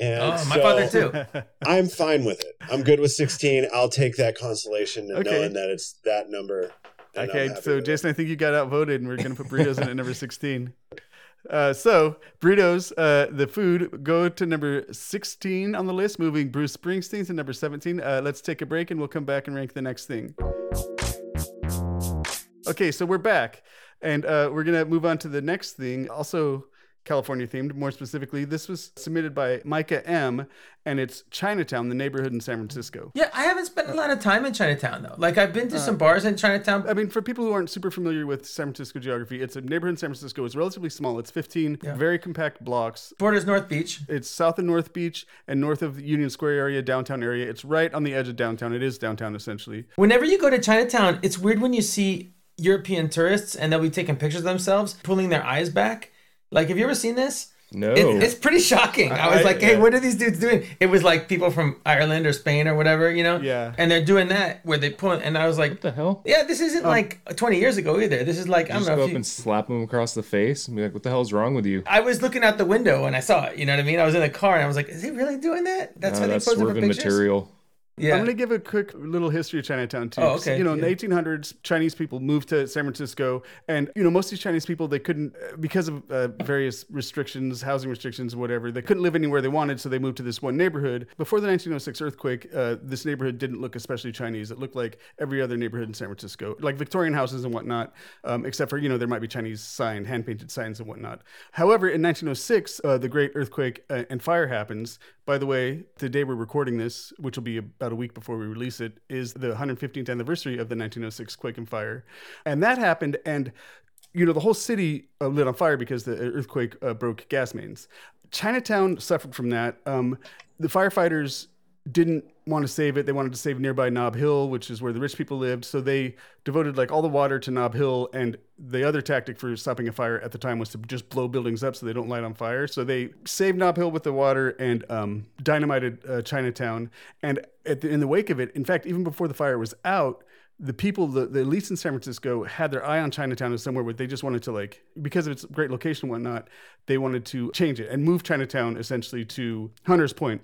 Speaker 3: And
Speaker 1: Oh, my
Speaker 3: so
Speaker 1: father too.
Speaker 3: I'm fine with it. I'm good with 16. I'll take that consolation and
Speaker 2: Okay.
Speaker 3: knowing that it's that number. and I'm
Speaker 2: Okay,
Speaker 3: happy
Speaker 2: so
Speaker 3: with it.
Speaker 2: Jason, I think you got outvoted, and we're going to put burritos in at number 16. Uh, so burritos, uh, the food, go to number 16 on the list, moving Bruce Springsteen to number 17. Uh, let's take a break, and we'll come back and rank the next thing. Okay, so we're back, and uh, we're going to move on to the next thing. Also. California themed, more specifically. This was submitted by Micah M, and it's Chinatown, the neighborhood in San Francisco.
Speaker 1: Yeah, I haven't spent a lot of time in Chinatown though. Like I've
Speaker 4: Uh.
Speaker 1: been to some bars in Chinatown.
Speaker 2: I mean, for people who aren't super familiar with San Francisco geography, it's a neighborhood in San Francisco. It's relatively small. It's 15 very compact blocks.
Speaker 1: Borders North Beach.
Speaker 2: It's south of North Beach and north of the Union Square area, downtown area. It's right on the edge of downtown. It is downtown, essentially.
Speaker 1: Whenever you go to Chinatown, it's weird when you see European tourists and they'll be taking pictures of themselves, pulling their eyes back. Like, have you ever seen this?
Speaker 4: No,
Speaker 1: It- it's pretty shocking. I, was
Speaker 2: I-
Speaker 1: like, hey, what are these dudes doing? It was like people from Ireland or Spain or whatever, you know?
Speaker 2: Yeah.
Speaker 1: And they're doing that where they pull, and I was like,
Speaker 4: the hell.
Speaker 1: yeah, this isn't like 20 years ago either. This is like, I don't
Speaker 4: Just
Speaker 1: know.
Speaker 4: go
Speaker 1: If
Speaker 4: up
Speaker 1: you,
Speaker 4: and slap him across the face and be like, "What the hell's wrong with you?"
Speaker 1: I was looking out the window and I saw it. You know what I mean? I was in the car and I was like, is he really doing that? That's
Speaker 4: Uh,
Speaker 1: how they
Speaker 4: that's
Speaker 1: posted for
Speaker 4: swerving
Speaker 1: pictures.
Speaker 4: material.
Speaker 1: Yeah.
Speaker 2: I'm going to give a quick little history of Chinatown too.
Speaker 1: Oh,
Speaker 2: So,
Speaker 1: okay.
Speaker 2: you know,
Speaker 1: Yeah.
Speaker 2: in the 1800s, Chinese people moved to San Francisco, and you know, most of these Chinese people they couldn't uh, because of uh, various restrictions, housing restrictions, whatever. They couldn't live anywhere they wanted, so they moved to this one neighborhood. Before the 1906 earthquake, uh, this neighborhood didn't look especially Chinese. It looked like every other neighborhood in San Francisco, like Victorian houses and whatnot, um, except for you know there might be Chinese sign, hand painted signs and whatnot. However, in 1906, uh, the great earthquake uh, and fire happens. By the way, the day we're recording this, which will be about a week before we release it, is the 115th anniversary of the 1906 quake and fire. And that happened, and you know, the whole city uh, lit on fire because the earthquake uh, broke gas mains. Chinatown suffered from that. Um, the firefighters didn't want to save it. They wanted to save nearby Nob Hill, which is where the rich people lived. So they devoted like all the water to Nob Hill. And the other tactic for stopping a fire at the time was to just blow buildings up so they don't light on fire. So they saved Nob Hill with the water and um, dynamited uh, Chinatown. And at the, in the wake of it, in fact, even before the fire was out, the people, the, the elites in San Francisco, had their eye on Chinatown as somewhere where they just wanted to like because of its great location and whatnot, they wanted to change it and move Chinatown essentially to Hunter's Point.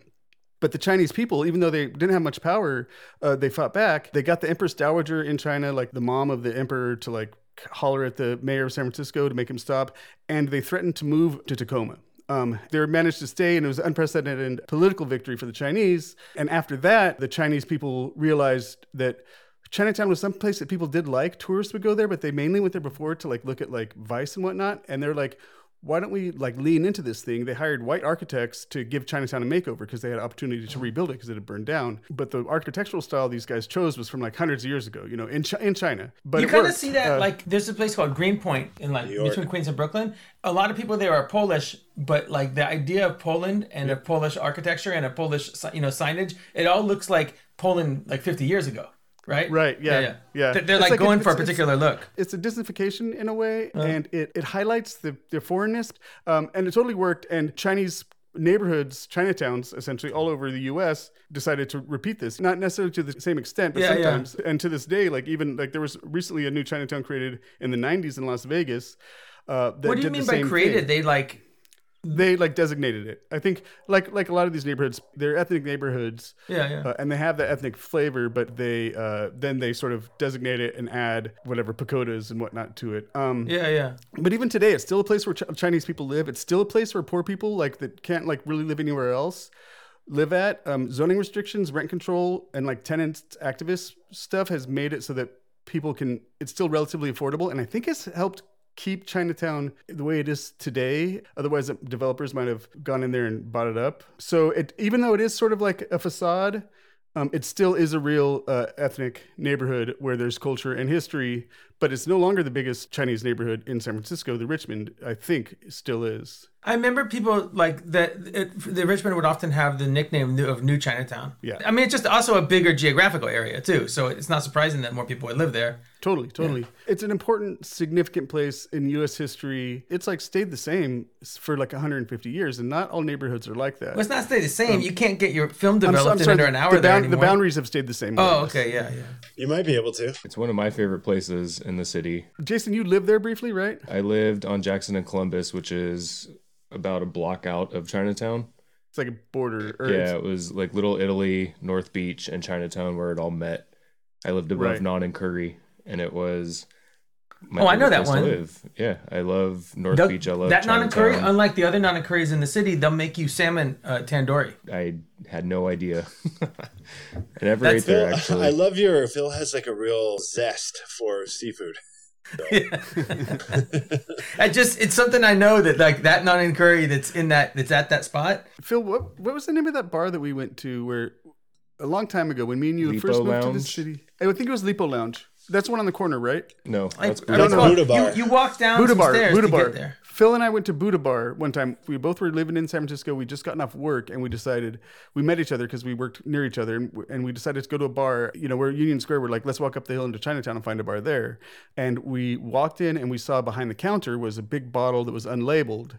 Speaker 2: But the Chinese people, even though they didn't have much power, uh, they fought back. They got the Empress Dowager in China, like the mom of the emperor, to like holler at the mayor of San Francisco to make him stop, and they threatened to move to Tacoma. Um, they were managed to stay, and it was an unprecedented political victory for the Chinese. And after that, the Chinese people realized that Chinatown was some place that people did like. Tourists would go there, but they mainly went there before to like look at like Vice and whatnot. And they're like, why don't we like lean into this thing? They hired white architects to give Chinatown a makeover because they had an opportunity to rebuild it because it had burned down. But the architectural style these guys chose was from like hundreds of years ago, you know, in Chi- in China. But
Speaker 1: you
Speaker 2: it
Speaker 1: kind of
Speaker 2: worked.
Speaker 1: see that
Speaker 2: Uh,
Speaker 1: like there's a place called Greenpoint in like
Speaker 3: New York.
Speaker 1: between Queens and Brooklyn. A lot of people there are Polish, but like the idea of Poland and of Polish architecture and of Polish si- you know signage, it all looks like Poland like 50 years ago, right?
Speaker 2: Right, yeah, yeah.
Speaker 1: They're, they're,
Speaker 2: It's
Speaker 1: like,
Speaker 2: like
Speaker 1: going
Speaker 2: it's-
Speaker 1: for a
Speaker 2: it's-
Speaker 1: particular look.
Speaker 2: it's a disinfication in a way,
Speaker 1: Uh-huh.
Speaker 2: and it, it highlights the, the foreignness. Um, and it totally worked. And Chinese neighborhoods, Chinatowns, essentially all over the U.S., decided to repeat this. Not necessarily to the same extent, but
Speaker 1: Yeah, yeah.
Speaker 2: sometimes. And to this day, like even like there was recently a new Chinatown created in the '90s in Las Vegas. Uh, that
Speaker 1: What do you
Speaker 2: did
Speaker 1: mean
Speaker 2: the
Speaker 1: by
Speaker 2: same
Speaker 1: created?
Speaker 2: thing.
Speaker 1: They like
Speaker 2: They like designated it. I think like like a lot of these neighborhoods, they're ethnic neighborhoods,
Speaker 1: Yeah, yeah.
Speaker 2: uh, and they have the ethnic flavor, but they uh, then they sort of designate it and add whatever pagodas and whatnot to it. Um,
Speaker 1: yeah, yeah.
Speaker 2: But even today, it's still a place where Ch- Chinese people live. It's still a place where poor people like that can't like really live anywhere else live at. Um, zoning restrictions, rent control, and like tenant activist stuff has made it so that people can. It's still relatively affordable, and I think it's helped keep Chinatown the way it is today. Otherwise, uh, developers might have gone in there and bought it up. So it, even though it is sort of like a facade. Um, it still is a real uh, ethnic neighborhood where there's culture and history, but it's no longer the biggest Chinese neighborhood in San Francisco. The Richmond, I think, still is.
Speaker 1: I remember people like that. It, the Richmond would often have the nickname new- of New Chinatown.
Speaker 2: Yeah.
Speaker 1: I mean, it's just also a bigger geographical area too, so it's not surprising that more people would live there.
Speaker 2: Totally, totally. It's an important, significant place in U.S. history. It's like stayed the same s- for like 150 years, and not all neighborhoods are like that.
Speaker 1: Well, it's not stay the same. you can't get your film
Speaker 2: Um, I'm
Speaker 1: developed
Speaker 2: so- I'm
Speaker 1: in
Speaker 2: sorry,
Speaker 1: under an hour
Speaker 2: the,
Speaker 1: there
Speaker 2: bound- the
Speaker 1: anymore.
Speaker 2: boundaries have stayed the same. more or
Speaker 1: Oh,
Speaker 2: less.
Speaker 1: okay, yeah, yeah.
Speaker 3: You might be able to.
Speaker 4: It's one of my favorite places in the city.
Speaker 2: Jason, you lived there briefly, right?
Speaker 4: I lived on Jackson and Columbus, which is about a block out of Chinatown.
Speaker 2: It's like a border. Or
Speaker 4: yeah,
Speaker 2: yeah.
Speaker 4: it was like Little Italy, North Beach, and Chinatown where it all met. I lived above
Speaker 2: Right.
Speaker 4: Non and Curry, and it was. My
Speaker 1: Oh, I know
Speaker 4: favorite
Speaker 1: that
Speaker 4: place to
Speaker 1: one.
Speaker 4: live. Yeah, I love North
Speaker 1: The-
Speaker 4: Beach. I love
Speaker 1: that non curry,
Speaker 4: Chinatown.
Speaker 1: unlike the other non curries in the city, they'll make you salmon uh, tandoori.
Speaker 4: I had no idea. I never
Speaker 1: That's-
Speaker 4: ate
Speaker 3: Phil,
Speaker 4: there actually.
Speaker 3: I love your Phil has like a real zest for seafood.
Speaker 1: I just it's something I know that like that non curry that's in that that's at that spot.
Speaker 2: Phil, what what was the name of that bar that we went to where a long time ago when me and you
Speaker 4: Lipo
Speaker 2: first moved to the
Speaker 4: Lounge?
Speaker 2: city? I would think it was Lipo Lounge. That's one on the corner, right?
Speaker 4: no,
Speaker 1: Like,
Speaker 4: that's
Speaker 1: I don't
Speaker 3: Buddha
Speaker 1: know.
Speaker 3: Buddha Bar.
Speaker 1: You, you walk down
Speaker 2: Buddha
Speaker 1: some
Speaker 2: Bar.
Speaker 1: stairs
Speaker 2: Buddha
Speaker 1: to
Speaker 2: Bar.
Speaker 1: get there.
Speaker 2: Phil and I went to Buddha Bar one time. We both were living in San Francisco. We just gotten off work and we decided we met each other because we worked near each other and, w- and we decided to go to a bar. You know, we're Union Square. We're like, let's walk up the hill into Chinatown and find a bar there. And we walked in and we saw behind the counter was a big bottle that was unlabeled.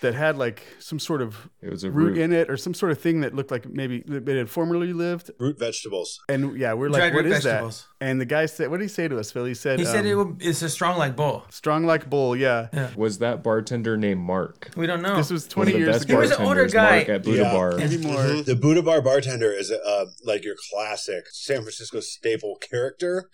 Speaker 2: That had like some sort of
Speaker 4: It was a
Speaker 2: root
Speaker 4: root.
Speaker 2: in it, or some sort of thing that looked like maybe it had formerly lived.
Speaker 3: Root vegetables.
Speaker 2: And yeah, we're like,
Speaker 1: Dried
Speaker 2: what
Speaker 1: root
Speaker 2: is
Speaker 1: vegetables.
Speaker 2: that? And the guy said, what did he say to us, Phil? He said,
Speaker 1: He said
Speaker 2: um,
Speaker 1: it will, it's a strong like bull.
Speaker 2: strong like bull. Yeah.
Speaker 4: was that bartender named Mark.
Speaker 1: We don't know.
Speaker 2: This was
Speaker 4: One
Speaker 2: 20
Speaker 4: of the
Speaker 2: years
Speaker 4: best
Speaker 2: ago. Mm-hmm.
Speaker 1: was an older
Speaker 4: bartenders,
Speaker 1: guy.
Speaker 4: Mark at Buddha
Speaker 3: Yeah.
Speaker 4: Bar.
Speaker 3: Mhm. The Buddha Bar bartender is uh, like your classic San Francisco staple character,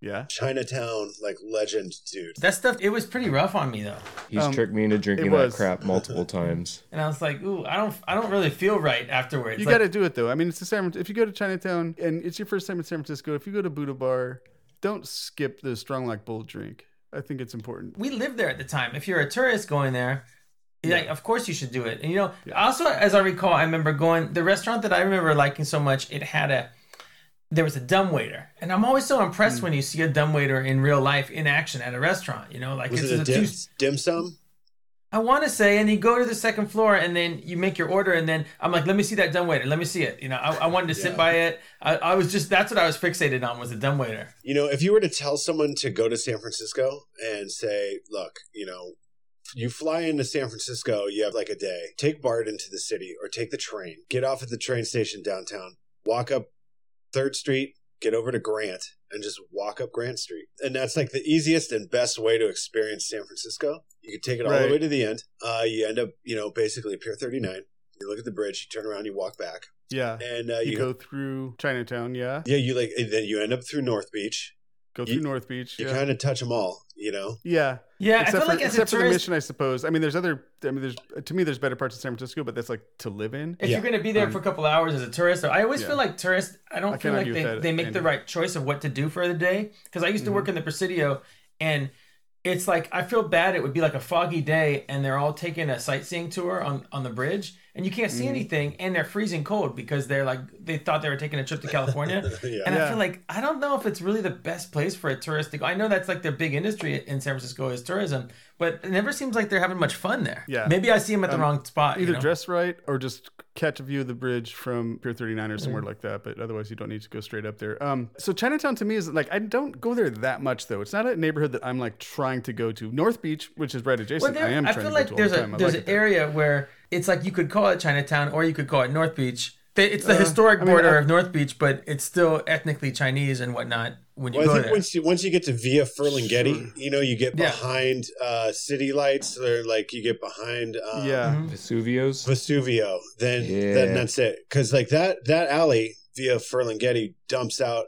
Speaker 2: Yeah.
Speaker 3: Chinatown like legend dude.
Speaker 1: that stuff it was pretty rough on me though.
Speaker 4: He's
Speaker 2: Um,
Speaker 4: tricked me into drinking
Speaker 2: was.
Speaker 4: that crap multiple times.
Speaker 1: And I was like, ooh, I don't I don't really feel right afterwards.
Speaker 2: You
Speaker 1: Like,
Speaker 2: got to do it though. I mean, it's the San. If you go to Chinatown and it's your first time in San Francisco, if you go to Buddha Bar, don't skip the strong like bull drink. I think it's important.
Speaker 1: we lived there at the time. If you're a tourist going there, like of course you should do it. And you know, also as I recall, I remember going the restaurant that I remember liking so much. It had a there was a dumb waiter, and I'm always so
Speaker 3: Mm.
Speaker 1: impressed when you see a dumb waiter in real life in action at a restaurant. You know, like
Speaker 3: Was
Speaker 1: it's
Speaker 3: it a
Speaker 1: a
Speaker 3: dim,
Speaker 1: two-
Speaker 3: dim sum?
Speaker 1: I want to say, and you go to the second floor, and then you make your order, and then I'm like, let me see that dumb waiter, let me see it. You know, I, I wanted to sit by it. I, I was just that's what I was fixated on was the dumb waiter.
Speaker 3: You know, if you were to tell someone to go to San Francisco and say, look, you know, you fly into San Francisco, you have like a day, take BART into the city or take the train, get off at the train station downtown, walk up 3rd Street, get over to Grant, and just walk up Grant Street. And that's like the easiest and best way to experience San Francisco. You can take it all
Speaker 2: Right.
Speaker 3: the way to the end. Uh, you end up, you know, basically at Pier 39. You look at the bridge, you turn around, you walk back,
Speaker 2: Yeah.
Speaker 3: and uh,
Speaker 2: You,
Speaker 3: you,
Speaker 2: go through Chinatown. Yeah.
Speaker 3: yeah, you like, and then you end up through North Beach.
Speaker 2: Go
Speaker 3: You-
Speaker 2: through North Beach.
Speaker 3: You
Speaker 2: Yeah.
Speaker 3: kind of touch them all, you know.
Speaker 2: yeah.
Speaker 1: Yeah, I
Speaker 2: except
Speaker 1: feel
Speaker 2: for,
Speaker 1: like as a
Speaker 2: except for the
Speaker 1: tourist,
Speaker 2: mission, I suppose. I mean, there's other. I mean, there's to me, there's better parts of San Francisco, but that's like to live in.
Speaker 1: if
Speaker 3: Yeah.
Speaker 1: you're going to be there for a couple hours as a tourist, I always
Speaker 2: Um, Yeah.
Speaker 1: feel like tourists, I don't
Speaker 2: I
Speaker 1: feel
Speaker 2: can't
Speaker 1: like
Speaker 2: argue
Speaker 1: they,
Speaker 2: with that,
Speaker 1: they make the
Speaker 2: Andy.
Speaker 1: right choice of what to do for the day. Because I used to
Speaker 2: Mm-hmm.
Speaker 1: work in the Presidio and it's like, I feel bad. It would be like a foggy day and they're all taking a sightseeing tour on, on the bridge and you can't see
Speaker 2: Mm-hmm.
Speaker 1: anything and they're freezing cold because they're like, they thought they were taking a trip to California.
Speaker 3: Yeah.
Speaker 1: And I
Speaker 2: Yeah.
Speaker 1: feel like, I don't know if it's really the best place for a tourist to go. I know that's like their big industry in San Francisco is tourism, but it never seems like they're having much fun there.
Speaker 2: Yeah.
Speaker 1: Maybe I see them at the wrong spot.
Speaker 2: Either
Speaker 1: you know?
Speaker 2: dress right or just catch a view of the bridge from Pier 39 or
Speaker 4: Mm.
Speaker 2: somewhere like that. But otherwise, you don't need to go straight up there. Um, so Chinatown to me is like I don't go there that much though. It's not a neighborhood that I'm like trying to go to. North Beach, which is right adjacent,
Speaker 1: there-
Speaker 2: I am trying
Speaker 1: feel
Speaker 2: to
Speaker 1: like
Speaker 2: go to all
Speaker 1: there's
Speaker 2: the
Speaker 1: a
Speaker 2: time. I
Speaker 1: there's
Speaker 2: like it
Speaker 1: an
Speaker 2: there.
Speaker 1: area where it's like you could call it Chinatown or you could call it North Beach. They- It's the historic
Speaker 2: I mean,
Speaker 1: border
Speaker 2: I-
Speaker 1: of North Beach, but it's still ethnically Chinese and whatnot. when you
Speaker 3: Well,
Speaker 1: go
Speaker 3: I think
Speaker 1: there.
Speaker 3: once you once you get to Via Ferlinghetti, you know, you get
Speaker 1: Yeah.
Speaker 3: behind uh, city lights, or like you get behind um,
Speaker 2: yeah.
Speaker 4: Mm-hmm.
Speaker 1: Mhm.
Speaker 4: Vesuvio's.
Speaker 3: Vesuvio. Then
Speaker 4: Yeah.
Speaker 3: then that's it, because like that that alley Via Ferlinghetti dumps out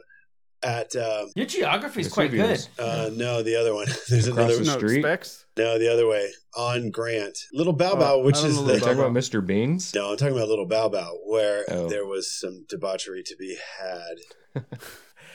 Speaker 3: at um,
Speaker 1: Your geography is quite good.
Speaker 4: Vesuvio's.
Speaker 3: uh, no the other one. There's
Speaker 4: Across
Speaker 3: another
Speaker 4: the
Speaker 3: one.
Speaker 2: No,
Speaker 4: street?
Speaker 2: specs.
Speaker 3: no the other way on Grant Little Bow Bow,
Speaker 2: Oh,
Speaker 3: which
Speaker 2: I don't
Speaker 3: is
Speaker 2: know
Speaker 3: the
Speaker 4: Are you
Speaker 2: Little
Speaker 4: talking about Mr. Beans?
Speaker 3: no I'm talking about Little Bow Bow, where
Speaker 4: Oh.
Speaker 3: there was some debauchery to be had.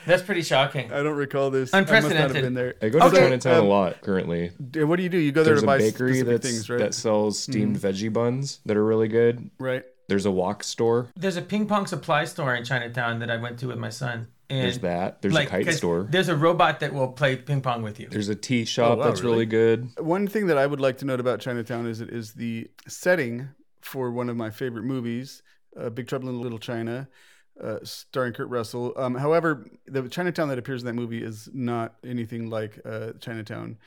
Speaker 1: That's pretty shocking.
Speaker 2: I don't recall this. I must not have
Speaker 1: Unprecedented.
Speaker 2: been there.
Speaker 4: I go to
Speaker 1: Okay,
Speaker 4: Chinatown
Speaker 2: um,
Speaker 4: a lot currently.
Speaker 2: D- What do you do? You go there
Speaker 4: There's
Speaker 2: to
Speaker 4: a
Speaker 2: buy
Speaker 4: bakery
Speaker 2: specific
Speaker 4: that's,
Speaker 2: things, right?
Speaker 4: that sells steamed
Speaker 1: Mm-hmm.
Speaker 4: veggie buns that are really good.
Speaker 2: right.
Speaker 4: There's a wok store.
Speaker 1: There's a ping pong supply store in Chinatown that I went to with my son. And
Speaker 4: There's that. There's
Speaker 1: like,
Speaker 4: a kite
Speaker 1: 'cause
Speaker 4: store.
Speaker 1: There's a robot that will play ping pong with you.
Speaker 4: There's a tea shop
Speaker 2: wow,
Speaker 4: that's
Speaker 2: really?
Speaker 4: really, good.
Speaker 2: One thing that I would like to note about Chinatown is it is the setting for one of my favorite movies, uh, Big Trouble in Little China, uh, starring Kurt Russell. Um, however, the Chinatown that appears in that movie is not anything like uh, Chinatown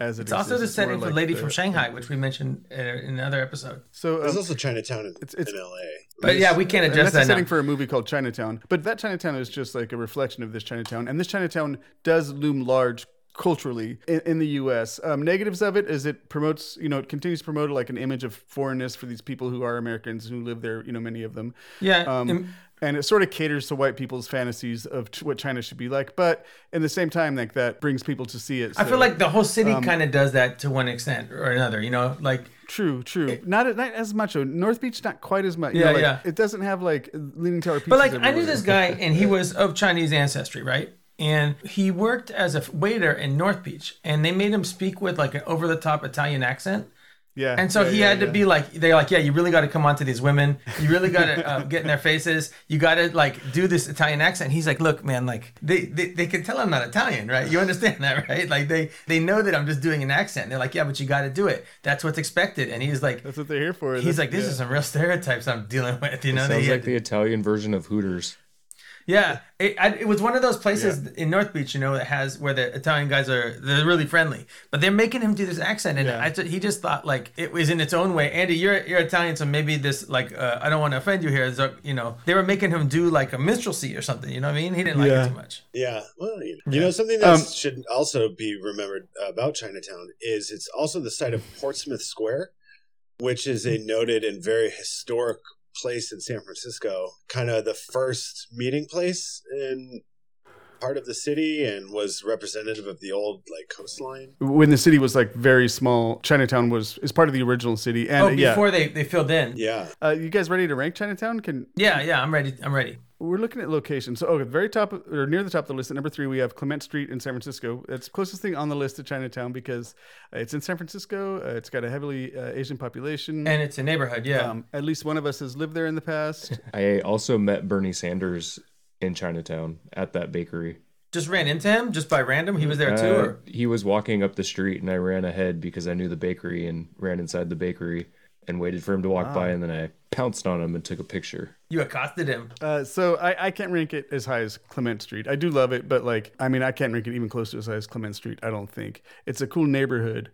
Speaker 2: as it
Speaker 1: It's also the
Speaker 2: exists. more
Speaker 1: setting for
Speaker 2: like
Speaker 1: Lady
Speaker 2: the-
Speaker 1: from Shanghai, which we mentioned uh, in another episode.
Speaker 2: So
Speaker 3: There's
Speaker 2: um,
Speaker 3: also Chinatown in,
Speaker 2: it's- it's-
Speaker 3: in L.A.
Speaker 1: But yeah, we can't
Speaker 2: and
Speaker 1: address
Speaker 2: that's the
Speaker 1: that
Speaker 2: setting
Speaker 1: now.
Speaker 2: for a movie called Chinatown. But that Chinatown is just like a reflection of this Chinatown, and this Chinatown does loom large culturally in, in the U.S. Um, negatives of it is it promotes, you know, it continues to promote like an image of foreignness for these people who are Americans who live there, you know, many of them.
Speaker 1: yeah, and-
Speaker 2: Um, and it sort of caters to white people's fantasies of ch- what China should be like, but in the same time, like that brings people to see it.
Speaker 1: I
Speaker 2: so-
Speaker 1: feel like the whole city
Speaker 2: um,
Speaker 1: kind of does that to one extent or another. You know, like
Speaker 2: true, true. Not not as much. though. North Beach, not quite as much. You
Speaker 1: Yeah,
Speaker 2: know, like,
Speaker 1: yeah.
Speaker 2: It doesn't have like leaning tower.
Speaker 1: But like, I knew this guy, and he was of Chinese ancestry, right? And he worked as a waiter in North Beach, and they made him speak with like an over-the-top Italian accent.
Speaker 2: Yeah.
Speaker 1: And so
Speaker 2: yeah,
Speaker 1: he
Speaker 2: yeah,
Speaker 1: had to
Speaker 2: yeah.
Speaker 1: be like, they're like, yeah, you really got to come on to these women. You really got to uh, get in their faces. You got to like do this Italian accent. He's like, look, man, like they, they they can tell I'm not Italian, right? You understand that, right? Like they they know that I'm just doing an accent. They're like, yeah, but you got to do it. That's what's expected. And he's like,
Speaker 2: That's what they're here for.
Speaker 1: he's
Speaker 2: That's-
Speaker 1: like, this
Speaker 2: yeah.
Speaker 1: is some real stereotypes I'm dealing with. You know, that
Speaker 4: Sounds
Speaker 1: he had
Speaker 4: like
Speaker 1: to-
Speaker 4: the Italian version of Hooters.
Speaker 1: yeah, it, I, it was one of those places in North Beach, you know, that has where the Italian guys are they're really friendly, but they're making him do this accent, and
Speaker 2: Yeah.
Speaker 1: I ju- he just thought like it was in its own way. Andy, you're you're Italian, so maybe this like uh, I don't want to offend you here, so, you know, they were making him do like a minstrelsy or something. You know what I mean? He didn't like
Speaker 2: Yeah.
Speaker 1: it too much.
Speaker 3: Yeah, well, you know, you know something that
Speaker 2: Um,
Speaker 3: should also be remembered about Chinatown is it's also the site of Portsmouth Square, which is a noted and very historic place in San Francisco, kind of the first meeting place in part of the city, and was representative of the old like coastline.
Speaker 2: when the city was like very small. Chinatown was is part of the original city, and
Speaker 1: Oh,
Speaker 2: uh, yeah.
Speaker 1: before they they filled in. Yeah.
Speaker 3: Yeah,
Speaker 2: Uh, you guys ready to rank Chinatown? Can
Speaker 1: yeah, I'm ready. I'm ready.
Speaker 2: we're looking at locations. So, oh, at the very top of- or near the top of the list, at number three, we have Clement Street in San Francisco. It's the closest thing on the list to Chinatown because uh, it's in San Francisco. Uh, it's got a heavily uh, Asian population.
Speaker 1: And it's a neighborhood. Yeah,
Speaker 2: um, at least one of us has lived there in the past.
Speaker 4: I also met Bernie Sanders in Chinatown at that bakery.
Speaker 1: just ran into him just by random. He was there too.
Speaker 4: Uh,
Speaker 1: Or,
Speaker 4: he was walking up the street, and I ran ahead because I knew the bakery and ran inside the bakery and waited for him to walk by, and then I pounced on him and took a picture.
Speaker 1: you accosted him.
Speaker 2: Uh, so I, I can't rank it as high as Clement Street. I do love it, but like, I mean, I can't rank it even close to as high as Clement Street. I don't think it's a cool neighborhood,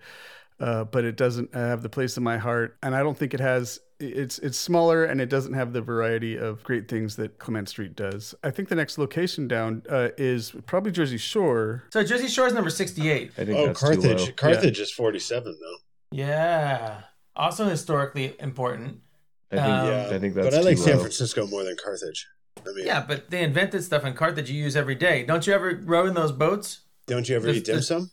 Speaker 2: uh, but it doesn't have the place in my heart, and I don't think it has. It's it's smaller and it doesn't have the variety of great things that Clement Street does. I think the next location down uh, is probably Jersey Shore.
Speaker 1: So Jersey Shore is number sixty-eight.
Speaker 4: I think
Speaker 3: oh,
Speaker 4: that's too low.
Speaker 3: Carthage. Carthage is forty-seven though.
Speaker 1: Yeah. Also historically important.
Speaker 4: I think,
Speaker 1: Um,
Speaker 4: I think that's
Speaker 3: but I like
Speaker 4: too
Speaker 3: San
Speaker 4: low.
Speaker 3: Francisco more than Carthage. I mean,
Speaker 1: Yeah, but they invented stuff in Carthage you use every day. Don't you ever row in those boats?
Speaker 3: don't you ever
Speaker 1: This-
Speaker 3: eat dim
Speaker 1: this-
Speaker 3: sum?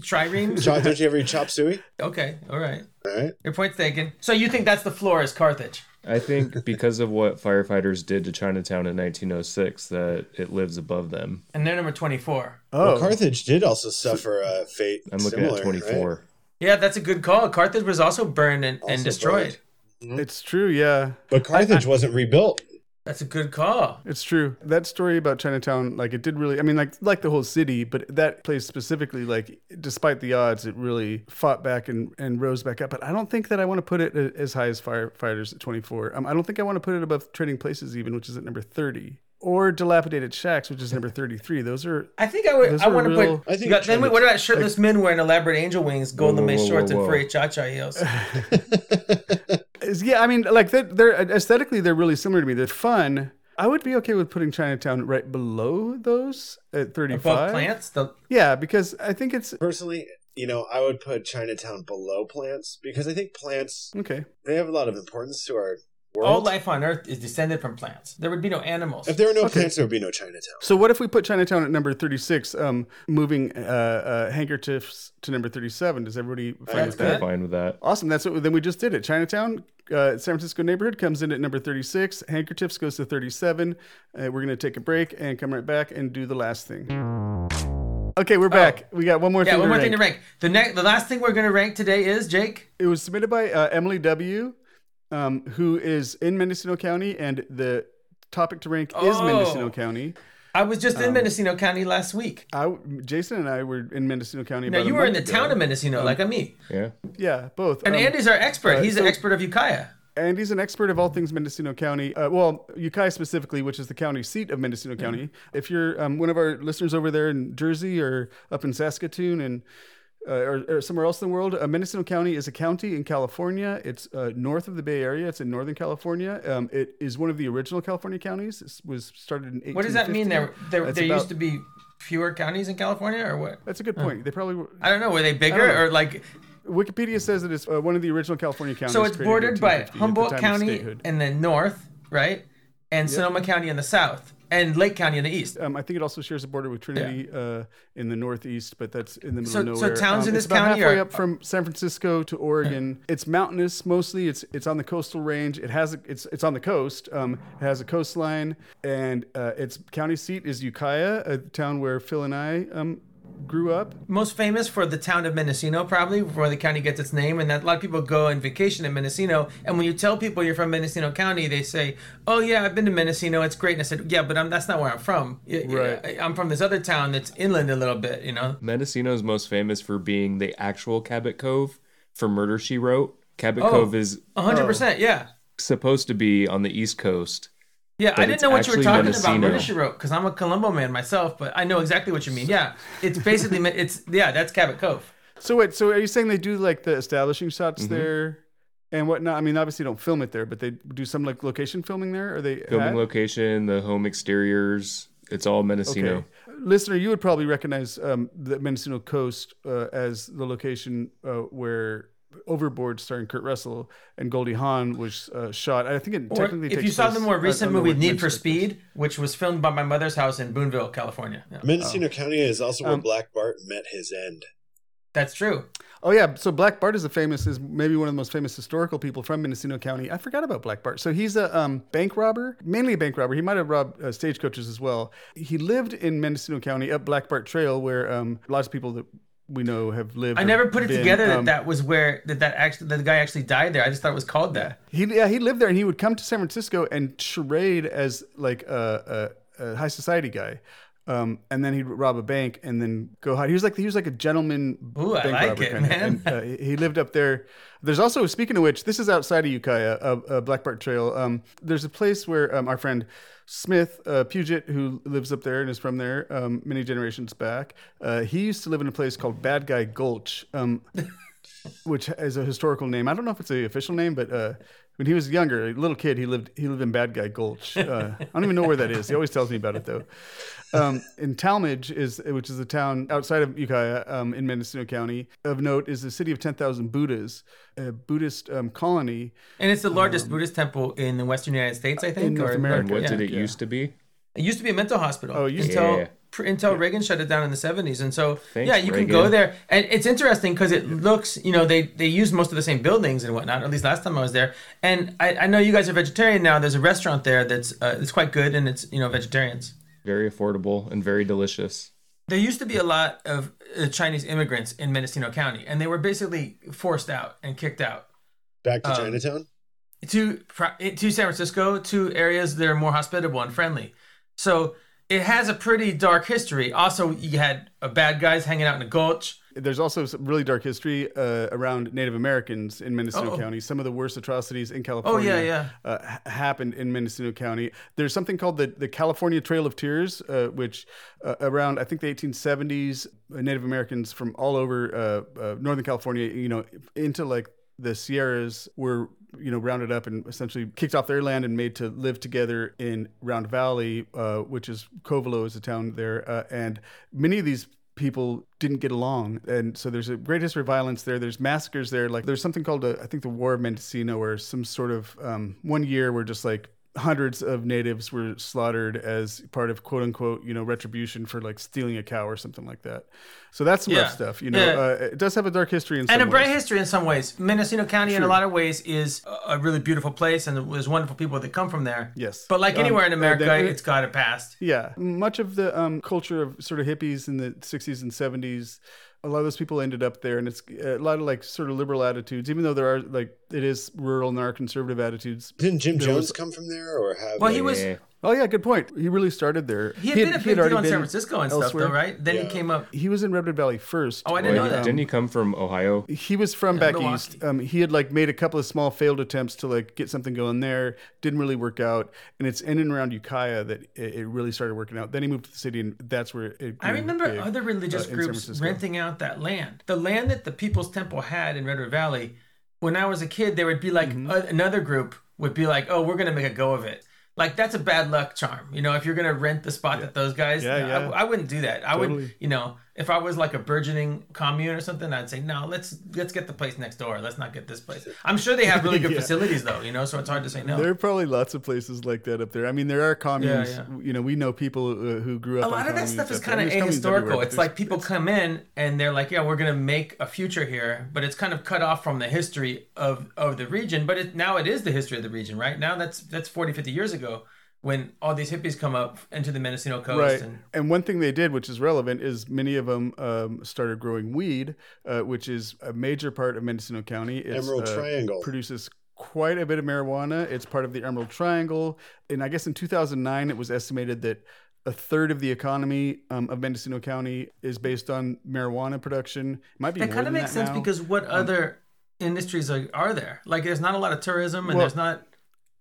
Speaker 1: Triremes?
Speaker 3: Chop- don't you ever eat chop suey?
Speaker 1: okay, all right.
Speaker 3: All right.
Speaker 1: Your point's taken. So you think that's the floor is Carthage?
Speaker 4: I think because of what firefighters did to Chinatown in 1906, that it lives above them.
Speaker 1: And they're number 24.
Speaker 2: Oh,
Speaker 3: Well, Carthage did also suffer a fate.
Speaker 4: I'm looking
Speaker 3: similar,
Speaker 4: at
Speaker 3: right?
Speaker 4: 24.
Speaker 1: Yeah, that's a good call. Carthage was also burned and, and
Speaker 3: Also
Speaker 1: destroyed.
Speaker 3: burned.
Speaker 2: it's true. Yeah,
Speaker 3: But Carthage wasn't rebuilt.
Speaker 1: That's a good call.
Speaker 2: It's true. That story about Chinatown, like it did really I mean like like the whole city, but that place specifically, like despite the odds, it really fought back and, and rose back up. But I don't think that I want to put it a- as high as firefighters at twenty four. Um, I don't think I want to put it above trading places even, which is at number thirty. Or dilapidated shacks, which is number thirty three. Those are
Speaker 1: I think I would.
Speaker 2: Those
Speaker 1: I
Speaker 2: were
Speaker 1: want to
Speaker 2: real-
Speaker 1: put.
Speaker 3: I think
Speaker 1: you got- then
Speaker 3: Chinatown-
Speaker 1: wait, what about shirtless men wearing elaborate angel wings, gold
Speaker 4: whoa,
Speaker 1: lame
Speaker 4: whoa,
Speaker 1: shorts,
Speaker 4: whoa.
Speaker 1: and furry cha-cha heels?
Speaker 2: is- yeah, I mean like that they're aesthetically they're really similar to me. They're fun. I would be okay with putting Chinatown right below those at
Speaker 1: Above
Speaker 2: 35.
Speaker 1: plants, the
Speaker 2: Yeah, because I think it's
Speaker 3: Personally, you know, I would put Chinatown below plants because I think plants
Speaker 2: okay.
Speaker 3: they have a lot of importance to our
Speaker 1: all
Speaker 3: world.
Speaker 1: life on Earth is descended from plants. There would be no animals.
Speaker 3: if there were no
Speaker 2: Okay.
Speaker 3: plants, there would be no Chinatown.
Speaker 2: So what if we put Chinatown at number 36, um, moving uh, uh, handkerchiefs to number 37? Does everybody find
Speaker 1: That's
Speaker 2: with
Speaker 1: good.
Speaker 2: that?
Speaker 4: Fine with that.
Speaker 2: Awesome. That's what then we just did it. Chinatown, uh, San Francisco neighborhood comes in at number 36. Handkerchiefs goes to 37. Uh, we're going to take a break and come right back and do the last thing. Okay, we're back. We got one more
Speaker 1: Oh. yeah,
Speaker 2: thing.
Speaker 1: one more
Speaker 2: to
Speaker 1: thing to
Speaker 2: rank.
Speaker 1: rank. The next, the last thing we're gonna rank today is Jake.
Speaker 2: It was submitted by uh, Emily W., um, who is in Mendocino County, and the topic to rank is
Speaker 1: Oh.
Speaker 2: Mendocino County.
Speaker 1: I was just
Speaker 2: Um,
Speaker 1: in Mendocino County last week.
Speaker 2: I, Jason and I were in Mendocino County.
Speaker 1: Now
Speaker 2: about a
Speaker 1: you were in the
Speaker 2: month ago.
Speaker 1: town of Mendocino, like I'm me.
Speaker 4: Yeah.
Speaker 2: Yeah, both.
Speaker 1: And
Speaker 2: Um,
Speaker 1: Andy's our expert. He's
Speaker 2: so-
Speaker 1: an expert of Ukiah.
Speaker 2: and he's an expert of all things Mendocino County. Uh, well, Ukiah specifically, which is the county seat of Mendocino
Speaker 1: Mm-hmm.
Speaker 2: County. If you're um, one of our listeners over there in Jersey or up in Saskatoon and uh, or, or somewhere else in the world, uh, Mendocino County is a county in California. It's uh, north of the Bay Area. It's in Northern California. Um, it is one of the original California counties. It was started in. 1850.
Speaker 1: What does that mean? There, there,
Speaker 2: That's
Speaker 1: there
Speaker 2: about-
Speaker 1: used to be Oh. fewer counties in California, or what?
Speaker 2: That's a good point. They probably were,
Speaker 1: I don't know. Were they
Speaker 2: know.
Speaker 1: bigger, or like?
Speaker 2: Wikipedia says that it's uh, one of the original California counties.
Speaker 1: So it's
Speaker 2: created in
Speaker 1: bordered by
Speaker 2: 1850 at the
Speaker 1: Humboldt
Speaker 2: time of
Speaker 1: County
Speaker 2: statehood.
Speaker 1: in the north, right, and Sonoma County in the south, and Lake County in the east.
Speaker 2: Um, I think it also shares a border with Trinity uh, in the northeast, but that's in the middle of
Speaker 1: So-
Speaker 2: nowhere.
Speaker 1: so towns
Speaker 2: Um,
Speaker 1: in
Speaker 2: it's
Speaker 1: this
Speaker 2: about
Speaker 1: county Hmm.
Speaker 2: halfway
Speaker 1: are-
Speaker 2: up from San Francisco to Oregon. It's mountainous mostly. It's it's on the coastal range. It has a, it's it's on the coast. Um, it has a coastline, and uh, its county seat is Ukiah, a town where Phil and I um, grew up.
Speaker 1: Most famous for the town of Mendocino, probably where the county gets its name, and that a lot of people go on vacation in Mendocino. And when you tell people you're from Mendocino County, they say, "Oh yeah, I've been to Mendocino. It's great." And I said, "Yeah, but I'm, that's not where I'm from. Y- y-
Speaker 2: Right.
Speaker 1: I'm from this other town that's inland a little bit. You know,
Speaker 4: Mendocino is most famous for being the actual Cabot Cove for Murder She Wrote. Cabot
Speaker 1: Oh.
Speaker 4: Cove is
Speaker 1: 100. percent Yeah."
Speaker 4: supposed to be on the East Coast.
Speaker 1: Yeah, I didn't
Speaker 4: it's
Speaker 1: know what you were
Speaker 4: actually
Speaker 1: talking
Speaker 4: Mendocino.
Speaker 1: about. Murder She Wrote, because I'm a Colombo man myself, but I know exactly what you mean. Yeah, it's basically it's yeah, that's Cabot Cove.
Speaker 2: So wait, so are you saying they do like the establishing shots
Speaker 1: Mm-hmm.
Speaker 2: there? And whatnot. I mean, obviously, don't film it there, but they do some like location filming there. Are they
Speaker 4: Filming
Speaker 2: at?
Speaker 4: location, the home exteriors, it's all Mendocino.
Speaker 2: Okay. Listener, you would probably recognize um, the Mendocino Coast uh, as the location uh, where Overboard, starring Kurt Russell and Goldie Hawn, was uh, shot. I think it
Speaker 1: Or
Speaker 2: technically
Speaker 1: if
Speaker 2: takes
Speaker 1: you saw
Speaker 2: place-
Speaker 1: the more
Speaker 2: I don't
Speaker 1: recent
Speaker 2: know
Speaker 1: movie
Speaker 2: what
Speaker 1: Need for
Speaker 2: Mendocino-
Speaker 1: Speed, which was filmed by my mother's house in Boonville, California. Yeah,
Speaker 3: Mendocino County is also
Speaker 1: Um,
Speaker 3: where Black Bart met his end.
Speaker 1: that's true.
Speaker 2: Oh yeah, so Black Bart is a famous, is maybe one of the most famous historical people from Mendocino County. I forgot about Black Bart. So he's a um, bank robber, mainly a bank robber. He might have robbed uh, stagecoaches as well. He lived in Mendocino County up Black Bart Trail, where um, lots of people that we know have lived.
Speaker 1: I
Speaker 2: or
Speaker 1: never put it
Speaker 2: been.
Speaker 1: together that
Speaker 2: Um,
Speaker 1: that was where that that actually that the guy actually died there. I just thought it was called that.
Speaker 2: He yeah, he lived there, and he would come to San Francisco and charade as like a, a, a high society guy, um, and then he'd rob a bank and then go hide. He was like he was like a gentleman
Speaker 1: Ooh, I
Speaker 2: bank
Speaker 1: like
Speaker 2: robber
Speaker 1: it,
Speaker 2: kinda.
Speaker 1: man.
Speaker 2: And, uh, he he lived up there. There's also speaking of which, this is outside of Ukiah, uh, uh, Black Bart Trail. Um, there's a place where um, our friend Smith uh, Puget, who lives up there and is from there um, many generations back, uh, he used to live in a place called Bad Guy Gulch. Um, which is a historical name. I don't know if it's the official name, but uh, when he was younger, a little kid, he lived he lived in Bad Guy Gulch. Uh, I don't even know where that is. He always tells me about it though. Um, in Talmadge is which is a town outside of Ukiah um, in Mendocino County. Of note is the city of ten thousand Buddhas, a Buddhist um, colony.
Speaker 1: And it's the largest Buddhist temple in the Western United States, I think.
Speaker 2: Um, North
Speaker 1: or-
Speaker 2: America.
Speaker 4: And what
Speaker 1: yeah.
Speaker 4: did it used to be?
Speaker 1: It used to be a mental hospital.
Speaker 2: Oh, it used
Speaker 4: to-
Speaker 1: until,
Speaker 4: Yeah.
Speaker 1: pr- until Reagan shut it down in the seventies, and so
Speaker 4: Thanks,
Speaker 1: yeah, you
Speaker 4: Reagan.
Speaker 1: can go there, and it's interesting because it looks, you know, they they use most of the same buildings and whatnot. At least last time I was there, and I, I know you guys are vegetarian now. There's a restaurant there that's uh, it's quite good, and it's you know vegetarians.
Speaker 4: Very affordable and very delicious.
Speaker 1: There used to be a lot of uh, Chinese immigrants in Mendocino County, and they were basically forced out and kicked out
Speaker 3: Back to
Speaker 1: Um,
Speaker 3: Chinatown.
Speaker 1: to pro- to San Francisco to areas that are more hospitable and friendly. So it has a pretty dark history. Also, you had uh, bad guys hanging out in a gulch.
Speaker 2: There's also some really dark history uh, around Native Americans in Mendocino
Speaker 1: Oh.
Speaker 2: County. Some of the worst atrocities in California
Speaker 1: yeah.
Speaker 2: Uh, ha- happened in Mendocino County. There's something called the, the California Trail of Tears, uh, which uh, around, I think, the 1870s, uh, Native Americans from all over uh, uh, Northern California, you know, into like the Sierras were you know rounded up and essentially kicked off their land and made to live together in Round Valley, uh, which is Covelo is a town there, uh, and many of these people didn't get along and so there's a great history of violence there there's massacres there like there's something called uh, I think the war of mendocino or some sort of um, one year where just like hundreds of natives were slaughtered as part of quote unquote you know retribution for like stealing a cow or something like that so that's some
Speaker 1: Yeah.
Speaker 2: rough stuff you know
Speaker 1: Yeah.
Speaker 2: uh, it does have a dark history in some
Speaker 1: and a
Speaker 2: ways.
Speaker 1: bright history in some ways. Mendocino County, in a lot of ways, is a- a really beautiful place, and there's wonderful people that come from there.
Speaker 2: Yes.
Speaker 1: but like
Speaker 2: Um,
Speaker 1: anywhere in
Speaker 2: uh,
Speaker 1: America,
Speaker 2: then-
Speaker 1: it's got a past.
Speaker 2: Yeah, much of the um, culture of sort of hippies in the '60s and '70s, a lot of those people ended up there, and it's uh, a lot of like sort of liberal attitudes. Even though there are like it is rural and there are conservative attitudes.
Speaker 3: Didn't Jim Jones come from there or have?
Speaker 1: Well,
Speaker 3: like-
Speaker 1: he was
Speaker 4: Yeah.
Speaker 2: Oh yeah, good point. He really started there.
Speaker 1: he had been a big
Speaker 2: already
Speaker 1: deal in
Speaker 2: been
Speaker 1: San Francisco and stuff,
Speaker 2: elsewhere.
Speaker 1: though, right? Then he came up.
Speaker 2: He was in Redwood Valley first. Um,
Speaker 1: Oh, I didn't
Speaker 4: Well,
Speaker 1: know
Speaker 4: he-
Speaker 1: that.
Speaker 4: didn't he come from Ohio?
Speaker 2: He was from back
Speaker 1: Milwaukee.
Speaker 2: east. Um, he had like made a couple of small failed attempts to like get something going there. Didn't really work out, and it's in and around Ukiah that it, it really started working out. Then he moved to the city, and that's where it.
Speaker 1: I
Speaker 2: grew
Speaker 1: remember
Speaker 2: big,
Speaker 1: other religious
Speaker 2: uh, in San
Speaker 1: groups
Speaker 2: Francisco.
Speaker 1: renting out that land. The land that the People's Temple had in Redwood Valley, when I was a kid, there would be like
Speaker 2: Mm-hmm.
Speaker 1: a- another group would be like, oh, we're going to make a go of it. Like, that's a bad luck charm. You know, if you're going to rent the spot that those guys,
Speaker 2: Yeah,
Speaker 1: I-
Speaker 2: yeah.
Speaker 1: I, wouldn't do that. I would,
Speaker 2: Totally.
Speaker 1: you know, if I was like a burgeoning commune or something, I'd say, no, let's let's get the place next door. Let's not get this place. I'm sure they have really good facilities, though, you know, so it's hard to say no.
Speaker 2: There are probably lots of places like that up there. I mean, there are communes.
Speaker 1: Yeah,
Speaker 2: You know, we know people uh, who grew up.
Speaker 1: a lot
Speaker 2: on
Speaker 1: of that stuff
Speaker 2: communes
Speaker 1: is
Speaker 2: up there.
Speaker 1: kind of
Speaker 2: There's communes everywhere,
Speaker 1: ahistorical.
Speaker 2: but
Speaker 1: It's
Speaker 2: there's-
Speaker 1: like people come in and they're like, "Yeah, we're gonna make a future here," but it's kind of cut off from the history of of the region. But it, now it is the history of the region, right? Now that's that's 40, 50 years ago when all these hippies come up into the Mendocino coast.
Speaker 2: Right,
Speaker 1: And,
Speaker 2: and one thing they did, which is relevant, is many of them um, started growing weed, uh, which is a major part of Mendocino County. It's,
Speaker 3: Emerald
Speaker 2: uh,
Speaker 3: Triangle.
Speaker 2: produces quite a bit of marijuana. It's part of the Emerald Triangle, and I guess in 2009 it was estimated that a third of the economy um, of Mendocino County is based on marijuana production. It might be
Speaker 1: that
Speaker 2: more
Speaker 1: kind of
Speaker 2: than
Speaker 1: makes
Speaker 2: that
Speaker 1: sense
Speaker 2: now. Um,
Speaker 1: because what other industries are, are there? Like, there's not a lot of tourism, and
Speaker 2: Well,
Speaker 1: there's not.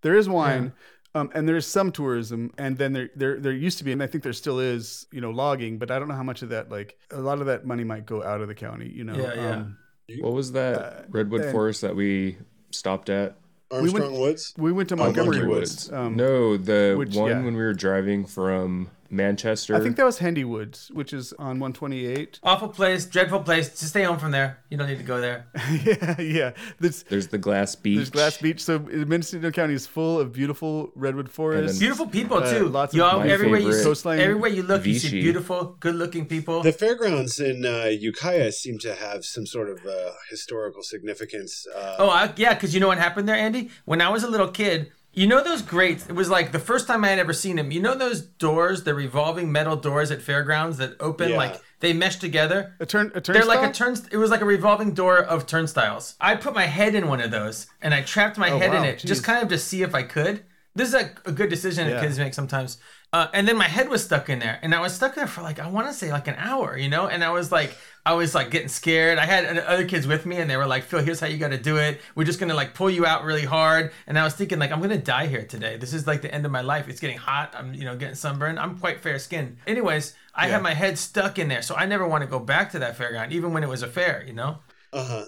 Speaker 2: There is wine, um, and there is some tourism, and then there there there used to be, and I think there still is, you know, logging. But I don't know how much of that, like a lot of that money, might go out of the county. You know, Um,
Speaker 1: Yeah, yeah.
Speaker 4: What was that
Speaker 3: Uh,
Speaker 4: redwood
Speaker 2: and-
Speaker 4: forest that we stopped at?
Speaker 3: Armstrong Woods.
Speaker 2: we went to Montgomery
Speaker 3: Monkey
Speaker 2: Woods. Um,
Speaker 4: no, the
Speaker 2: which-
Speaker 4: one
Speaker 2: yeah.
Speaker 4: when we were driving from Manchester.
Speaker 2: I think that was Hendy Woods, which is on 128.
Speaker 1: Awful place, dreadful place. Just stay home from there. You don't need to go there.
Speaker 2: yeah, yeah. This
Speaker 4: there's the glass beach.
Speaker 2: there's Glass Beach. So Mendocino County is full of beautiful redwood forests.
Speaker 1: Beautiful people
Speaker 2: Uh,
Speaker 1: too.
Speaker 2: lots of
Speaker 1: you all,
Speaker 4: my
Speaker 1: everywhere you
Speaker 4: favorite-
Speaker 2: Coastline.
Speaker 1: everywhere you look, you see
Speaker 4: Vichy.
Speaker 1: beautiful, good-looking people.
Speaker 3: The fairgrounds in uh, Ukiah seem to have some sort of uh, historical significance. Uh,
Speaker 1: Oh, I, yeah, because you know what happened there, Andy? When I was a little kid, you know those grates? It was like the first time I had ever seen them. You know those doors, the revolving metal doors at fairgrounds that open,
Speaker 3: Yeah.
Speaker 1: like they mesh together?
Speaker 2: A turn, a
Speaker 1: They're like a
Speaker 2: turnstile?
Speaker 1: turn. It was like a revolving door of turnstiles. I put my head in one of those, and I trapped my head in
Speaker 2: wow,
Speaker 1: it, just
Speaker 2: jeez.
Speaker 1: kind of to see if I could. This is a, a good decision that
Speaker 2: Yeah.
Speaker 1: kids make sometimes. Uh, and then my head was stuck in there, and I was stuck there for like I want to say like an hour, you know. And I was like, I was like getting scared. I had uh, other kids with me, and they were like, "Phil, here's how you got to do it. We're just gonna like pull you out really hard." And I was thinking like, I'm gonna die here today. This is like the end of my life. It's getting hot. I'm you know getting sunburned. I'm quite fair skinned. Anyways, I had my head stuck in there, so I never want to go back to that fairground, even when it was a fair, you know.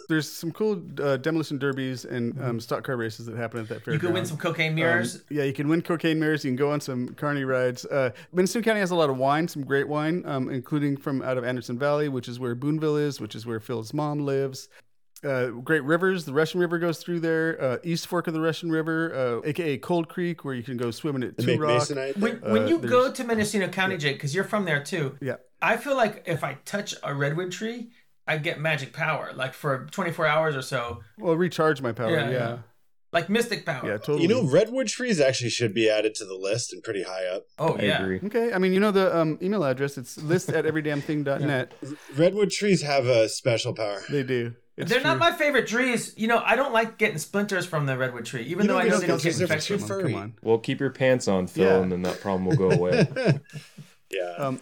Speaker 2: There's some cool uh, demolition derbies and
Speaker 4: Mm-hmm.
Speaker 2: um, stock car races that happen at that fairground.
Speaker 1: You could win some cocaine mirrors.
Speaker 2: Um, Yeah, you can win cocaine mirrors. You can go on some carny rides. Uh, Mendocino County has a lot of wine, some great wine, um, including from out of Anderson Valley, which is where Boonville is, which is where Phil's mom lives. Uh, great rivers. The Russian River goes through there. Uh, East Fork of the Russian River, uh, aka Cold Creek, where you can go swimming at Two
Speaker 3: Make
Speaker 2: Rock.
Speaker 3: Masonite.
Speaker 1: when, when you go to Mendocino County, Jake, because you're from there too.
Speaker 2: Uh, Yeah.
Speaker 1: I feel like if I touch a redwood tree, I get magic power, like for 24 hours or so,
Speaker 2: Well, recharge my power.
Speaker 1: Yeah,
Speaker 2: Yeah,
Speaker 1: yeah.
Speaker 2: yeah,
Speaker 1: like mystic power.
Speaker 2: totally.
Speaker 3: you know, redwood trees actually should be added to the list and pretty high up.
Speaker 1: oh
Speaker 4: I
Speaker 1: yeah.
Speaker 4: agree.
Speaker 2: okay. I mean, you know the um, email address. It's list at everydamnthing.net.
Speaker 3: Redwood trees have a special power.
Speaker 2: They do. It's
Speaker 1: They're not
Speaker 2: true.
Speaker 1: my favorite trees. You know, I don't like getting splinters from the redwood tree, even
Speaker 3: You
Speaker 1: though
Speaker 3: don't
Speaker 1: I
Speaker 3: get
Speaker 1: know they don't get
Speaker 3: splinters, they're
Speaker 1: infected.
Speaker 3: too
Speaker 2: Come on,
Speaker 3: furry.
Speaker 2: Come on.
Speaker 4: Well, keep your pants on, Phil,
Speaker 2: Yeah.
Speaker 4: and then that problem will go away.
Speaker 3: Yeah.
Speaker 2: um,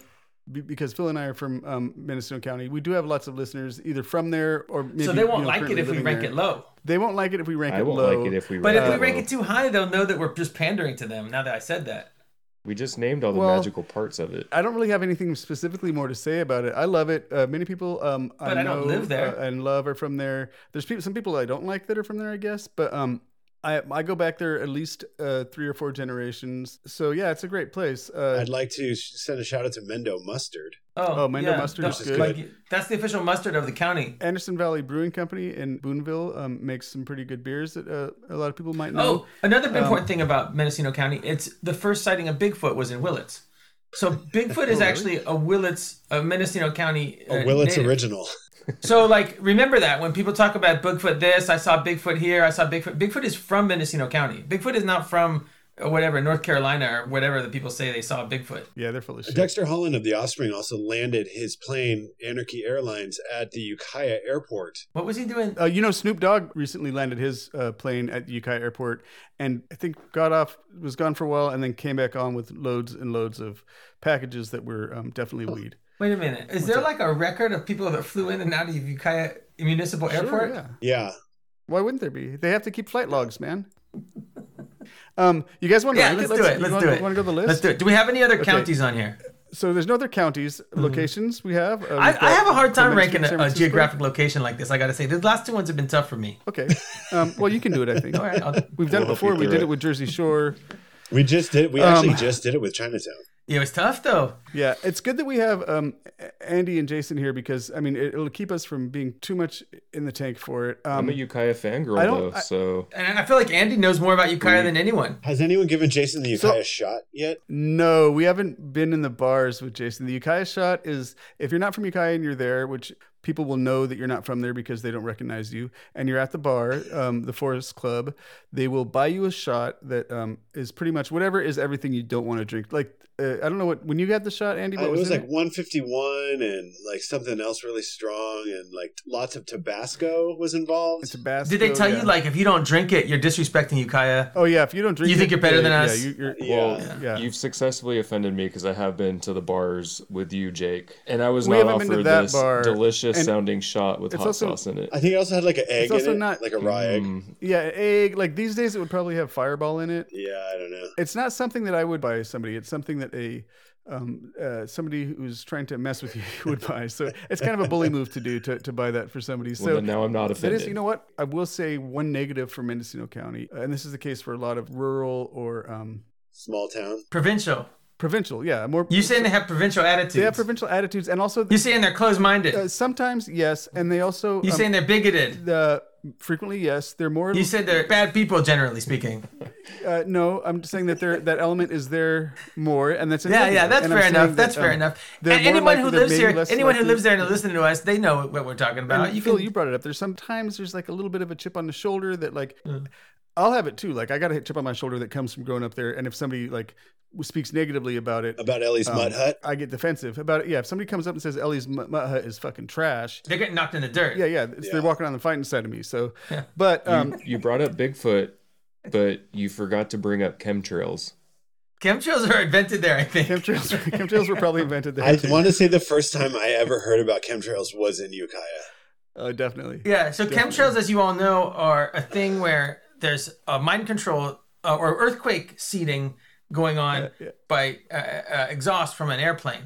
Speaker 2: be- because Phil and I are from um, Mendocino County. We do have lots of listeners either from there or maybe.
Speaker 1: So they won't
Speaker 2: you know,
Speaker 1: like it
Speaker 2: currently
Speaker 1: if we
Speaker 2: living
Speaker 1: rank
Speaker 2: there.
Speaker 1: it low.
Speaker 2: They won't like it if we rank
Speaker 4: I
Speaker 2: it
Speaker 4: won't
Speaker 2: low.
Speaker 4: like it if we.
Speaker 1: But if
Speaker 2: Oh.
Speaker 4: rank
Speaker 1: we
Speaker 4: it
Speaker 1: rank
Speaker 4: low.
Speaker 1: it too high, they'll know that we're just pandering to them. Now that I said that,
Speaker 4: We just named all the
Speaker 2: Well-
Speaker 4: magical parts of it.
Speaker 2: I don't really have anything specifically more to say about it. I love it. Uh, many people um,
Speaker 1: But I don't
Speaker 2: know
Speaker 1: live there.
Speaker 2: uh, and love are from there. There's people, some people I don't like that are from there, I guess. But um, I I go back there at least uh, three or four generations. So yeah, it's a great place. Uh,
Speaker 3: I'd like to sh- send a shout out to Mendo Mustard.
Speaker 1: Oh,
Speaker 2: Oh, Mendo mustard
Speaker 1: no,
Speaker 2: is
Speaker 3: good.
Speaker 1: that's the official mustard of the county.
Speaker 2: Anderson Valley Brewing Company in Boonville um, makes some pretty good beers that uh, a lot of people might know.
Speaker 1: Oh, another
Speaker 2: Um,
Speaker 1: important thing about Mendocino County, it's the first sighting of Bigfoot was in Willits.
Speaker 2: Oh,
Speaker 1: So Bigfoot is actually a Willits, a Mendocino County.
Speaker 3: A
Speaker 1: uh,
Speaker 3: Willits
Speaker 1: native.
Speaker 3: original.
Speaker 1: So like, remember that when people talk about Bigfoot, this I saw Bigfoot here, I saw Bigfoot. Bigfoot is from Mendocino County. Bigfoot is not from uh, whatever North Carolina or whatever the people say they saw Bigfoot.
Speaker 2: Yeah, they're full of shit.
Speaker 3: Dexter Holland of The Offspring also landed his plane, Anarchy Airlines, at the Ukiah Airport.
Speaker 1: What was he doing?
Speaker 2: Uh, you know, Snoop Dogg recently landed his uh, plane at Ukiah Airport, and I think got off, was gone for a while, and then came back on with loads and loads of packages that were um, definitely
Speaker 1: Oh,
Speaker 2: weed.
Speaker 1: Wait a minute. Is there like a record of people that flew in and out of Ukiah Municipal Airport?
Speaker 2: Sure, yeah.
Speaker 3: Yeah.
Speaker 2: Why wouldn't there be? They have to keep flight logs, man. um, you guys want to?
Speaker 1: Yeah, let's, do it. Let's
Speaker 2: wanna,
Speaker 1: do it.
Speaker 2: Want to go to the list?
Speaker 1: Let's do it. Do we have any other counties on here?
Speaker 2: So there's no other counties locations we have. Uh,
Speaker 1: I,
Speaker 2: we've
Speaker 1: I
Speaker 2: got
Speaker 1: have a hard time
Speaker 2: Comanche,
Speaker 1: ranking
Speaker 2: San
Speaker 1: a, a
Speaker 2: Francisco.
Speaker 1: geographic location like this. I got to say, the last two ones have been tough for me.
Speaker 2: Okay. Um, well, you can do it. I think.
Speaker 1: All right, I'll,
Speaker 2: We've done
Speaker 3: We'll
Speaker 2: it before.
Speaker 3: help you
Speaker 2: We
Speaker 3: through
Speaker 2: did
Speaker 3: it.
Speaker 2: it with Jersey Shore.
Speaker 3: We just did we
Speaker 2: Um,
Speaker 3: actually just did it with Chinatown.
Speaker 1: it was tough though.
Speaker 2: Yeah, it's good that we have um, A- Andy and Jason here because I mean it, it'll keep us from being too much in the tank for it. Um,
Speaker 4: I'm a Ukiah fangirl
Speaker 2: I don't-
Speaker 4: though,
Speaker 2: I-
Speaker 4: so
Speaker 1: And I feel like Andy knows more about Ukiah than anyone.
Speaker 3: Has anyone given Jason the
Speaker 2: So-
Speaker 3: Ukiah shot yet?
Speaker 2: no, we haven't been in the bars with Jason. The Ukiah shot is if you're not from Ukiah and you're there, which people will know that you're not from there because they don't recognize you, and you're at the bar, um, the Forest Club, they will buy you a shot that um, is pretty much whatever is everything you don't want to drink. Like uh, I don't know what when you got the shot, Andy.
Speaker 3: Uh,
Speaker 2: What
Speaker 3: it
Speaker 2: was,
Speaker 3: was
Speaker 2: in
Speaker 3: like 151 and like something else really strong and like lots of Tabasco was involved.
Speaker 2: Tabasco.
Speaker 1: Did they tell
Speaker 2: yeah.
Speaker 1: you like if you don't drink it, you're disrespecting Ukiah?
Speaker 2: Oh yeah, if you don't drink,
Speaker 1: You think
Speaker 2: it,
Speaker 1: you're better
Speaker 2: yeah,
Speaker 1: than
Speaker 2: yeah,
Speaker 1: us? Uh,
Speaker 2: you- you're-
Speaker 3: Yeah.
Speaker 4: Well,
Speaker 2: yeah.
Speaker 4: you've successfully offended me because I have been to the bars with you, Jake, and I was
Speaker 2: We
Speaker 4: not
Speaker 2: haven't been to
Speaker 4: offered
Speaker 2: that
Speaker 4: this
Speaker 2: bar,
Speaker 4: delicious
Speaker 2: and
Speaker 4: sounding shot with
Speaker 2: it's
Speaker 4: hot
Speaker 2: also-
Speaker 4: sauce in it.
Speaker 3: I think it also had like an egg in
Speaker 2: also
Speaker 3: it,
Speaker 2: not-
Speaker 3: like a raw egg.
Speaker 4: Mm,
Speaker 2: Yeah, egg. Like these days, it would probably have fireball in it.
Speaker 3: Yeah, I don't know.
Speaker 2: It's not something that I would buy somebody. It's something that a um, uh, somebody who's trying to mess with you would buy. So it's kind of a bully move to do to, to buy that for somebody.
Speaker 4: well,
Speaker 2: So
Speaker 4: then now I'm not
Speaker 2: that
Speaker 4: offended.
Speaker 2: is, you know what? I will say one negative for Mendocino County, uh, and this is the case for a lot of rural or um,
Speaker 3: Small town.
Speaker 1: Provincial.
Speaker 2: provincial. Yeah, more.
Speaker 1: You saying they have provincial attitudes?
Speaker 2: they have provincial attitudes, and also
Speaker 1: you saying they're closed-minded?
Speaker 2: uh, sometimes yes, and they also
Speaker 1: you
Speaker 2: um,
Speaker 1: saying they're bigoted?
Speaker 2: the frequently yes, they're more.
Speaker 1: You said they're bad people, generally speaking.
Speaker 2: Uh, no, I'm just saying that there that element is there more, and that's a
Speaker 1: Yeah,
Speaker 2: negative.
Speaker 1: yeah, that's
Speaker 2: And I'm
Speaker 1: fair
Speaker 2: saying
Speaker 1: enough.
Speaker 2: that,
Speaker 1: That's fair
Speaker 2: um,
Speaker 1: enough.
Speaker 2: they're
Speaker 1: And
Speaker 2: more
Speaker 1: anyone who
Speaker 2: likely- they're
Speaker 1: lives
Speaker 2: maybe
Speaker 1: here,
Speaker 2: less
Speaker 1: anyone who
Speaker 2: likely-
Speaker 1: lives there and is listening to us, they know what we're talking about.
Speaker 2: and
Speaker 1: You
Speaker 2: Phil,
Speaker 1: can
Speaker 2: you brought it up. There's sometimes there's like a little bit of a chip on the shoulder that like I'll have it too. Like I got a chip on my shoulder that comes from growing up there, and if somebody like speaks negatively about it.
Speaker 3: About Ellie's
Speaker 2: um,
Speaker 3: mud hut.
Speaker 2: I get defensive about it. Yeah, if somebody comes up and says Ellie's mutt hut is fucking trash.
Speaker 1: they're getting knocked in the dirt.
Speaker 2: Yeah, yeah, it's,
Speaker 3: Yeah.
Speaker 2: they're walking on the fighting side of me. So,
Speaker 1: Yeah.
Speaker 2: but um,
Speaker 4: you brought up Bigfoot, but you forgot to bring up chemtrails.
Speaker 1: Chemtrails are invented there, I think.
Speaker 2: chemtrails, chemtrails were probably invented there.
Speaker 3: I
Speaker 2: too.
Speaker 3: want to say the first time I ever heard about chemtrails was in Ukiah.
Speaker 2: Oh, definitely.
Speaker 1: Yeah, so chemtrails, as you all know, are a thing where there's a mind control uh, or earthquake seeding going on by uh, uh, exhaust from an airplane.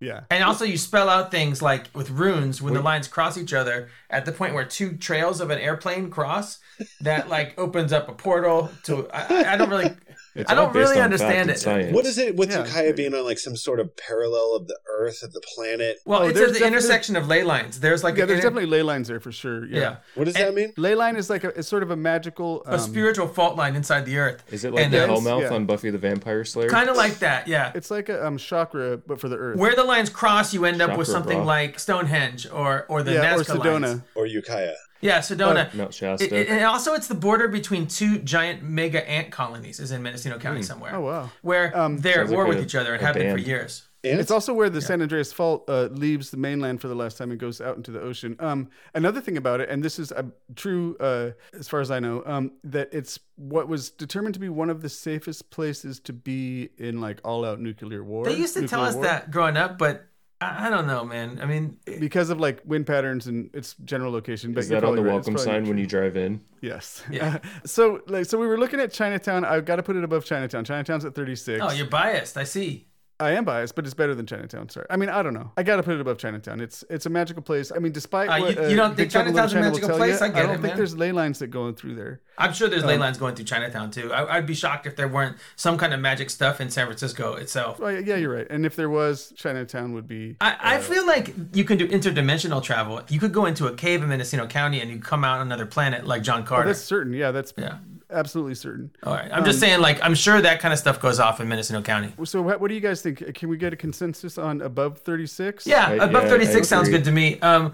Speaker 2: Yeah.
Speaker 1: And also, you spell out things like with runes when the lines cross each other at the point where two trails of an airplane cross, that like opens up a portal to. I, I- I don't really.
Speaker 4: It's
Speaker 1: I
Speaker 4: all
Speaker 1: don't
Speaker 4: based
Speaker 1: really
Speaker 4: on
Speaker 1: understand
Speaker 4: fact and
Speaker 1: it.
Speaker 4: science.
Speaker 3: What is it with
Speaker 2: Yeah.
Speaker 3: Ukiah being on like some sort of parallel of the Earth, of the planet?
Speaker 1: Well,
Speaker 2: Oh,
Speaker 1: it's
Speaker 2: there's
Speaker 1: at the
Speaker 2: definitely-
Speaker 1: intersection of ley lines. There's like
Speaker 2: Yeah,
Speaker 1: an
Speaker 2: there's
Speaker 1: inter-
Speaker 2: definitely ley lines there for sure.
Speaker 1: yeah,
Speaker 2: Yeah.
Speaker 3: What does that mean?
Speaker 2: Ley line is like a it's sort of a magical um,
Speaker 1: a spiritual fault line inside the earth.
Speaker 4: Is it like
Speaker 1: And
Speaker 4: the
Speaker 1: it's
Speaker 4: Hellmouth
Speaker 2: yeah.
Speaker 4: on Buffy the Vampire Slayer?
Speaker 1: Kind of like that, yeah.
Speaker 2: It's like a um, chakra, but for the earth.
Speaker 1: Where the lines cross, you end up with
Speaker 4: Chakra,
Speaker 1: something
Speaker 4: bro.
Speaker 1: like Stonehenge or or the
Speaker 2: yeah, or
Speaker 1: Nazca
Speaker 2: Sedona.
Speaker 1: lines.
Speaker 3: Or Ukiah?
Speaker 1: Yeah, Sedona.
Speaker 4: Mount Shasta.
Speaker 1: It- it- and also, it's the border between two giant mega ant colonies, is in Mendocino County somewhere.
Speaker 2: Oh, wow.
Speaker 1: Where they're at
Speaker 4: Hmm. Sounds
Speaker 1: war
Speaker 4: like
Speaker 1: with
Speaker 4: a-
Speaker 1: each other and
Speaker 4: a
Speaker 1: have been for
Speaker 4: band.
Speaker 1: years.
Speaker 3: And
Speaker 2: It's also where the San Andreas Fault uh, leaves the mainland for the last time and goes out into the ocean. Um, another thing about it, and this is uh, true uh, as far as I know, um, that it's what was determined to be one of the safest places to be in like all-out nuclear war.
Speaker 1: They used to tell
Speaker 2: nuclear
Speaker 1: us
Speaker 2: war.
Speaker 1: that growing up, but I, I don't know, man. I mean, it-
Speaker 2: because of like wind patterns and its general location. But
Speaker 4: Is
Speaker 2: you're
Speaker 4: that on the
Speaker 2: probably right. It's
Speaker 4: welcome
Speaker 2: probably
Speaker 4: sign when
Speaker 2: true.
Speaker 4: you drive in?
Speaker 2: Yes.
Speaker 1: Yeah.
Speaker 2: so like so we were looking at Chinatown. I've got to put it above Chinatown. Chinatown's at 36.
Speaker 1: oh, you're biased. I see.
Speaker 2: I am biased, but it's better than Chinatown. Sorry. I mean, I don't know. I got to put it above Chinatown. It's it's a magical place. I mean, despite
Speaker 1: Uh,
Speaker 2: what
Speaker 1: you- you don't think
Speaker 2: Big Trouble in
Speaker 1: Chinatown's a
Speaker 2: China will
Speaker 1: magical
Speaker 2: tell
Speaker 1: place?
Speaker 2: You,
Speaker 1: I get
Speaker 2: I don't
Speaker 1: it,
Speaker 2: think
Speaker 1: man.
Speaker 2: there's ley lines that go in through there.
Speaker 1: I'm sure there's ley
Speaker 4: Um,
Speaker 1: lines going through Chinatown too. I, I'd be shocked if there weren't some kind of magic stuff in San Francisco itself.
Speaker 2: Well, Oh, yeah, you're right. And if there was, Chinatown would be.
Speaker 1: I, I
Speaker 4: Uh,
Speaker 1: feel like you can do interdimensional travel. You could go into a cave in Mendocino County and you come out on another planet like John Carter.
Speaker 2: That's certain. Yeah, that's
Speaker 1: Yeah. Oh.
Speaker 2: absolutely certain.
Speaker 1: All right. I'm
Speaker 4: um,
Speaker 1: just saying, like, I'm sure that kind of stuff goes off in Mendocino County.
Speaker 2: So, what, what do you guys think? Uh, Can we get a consensus on above 36?
Speaker 1: Yeah,
Speaker 4: I-
Speaker 1: above
Speaker 4: yeah, I
Speaker 1: 36 sounds
Speaker 4: agree.
Speaker 1: good to me. Um,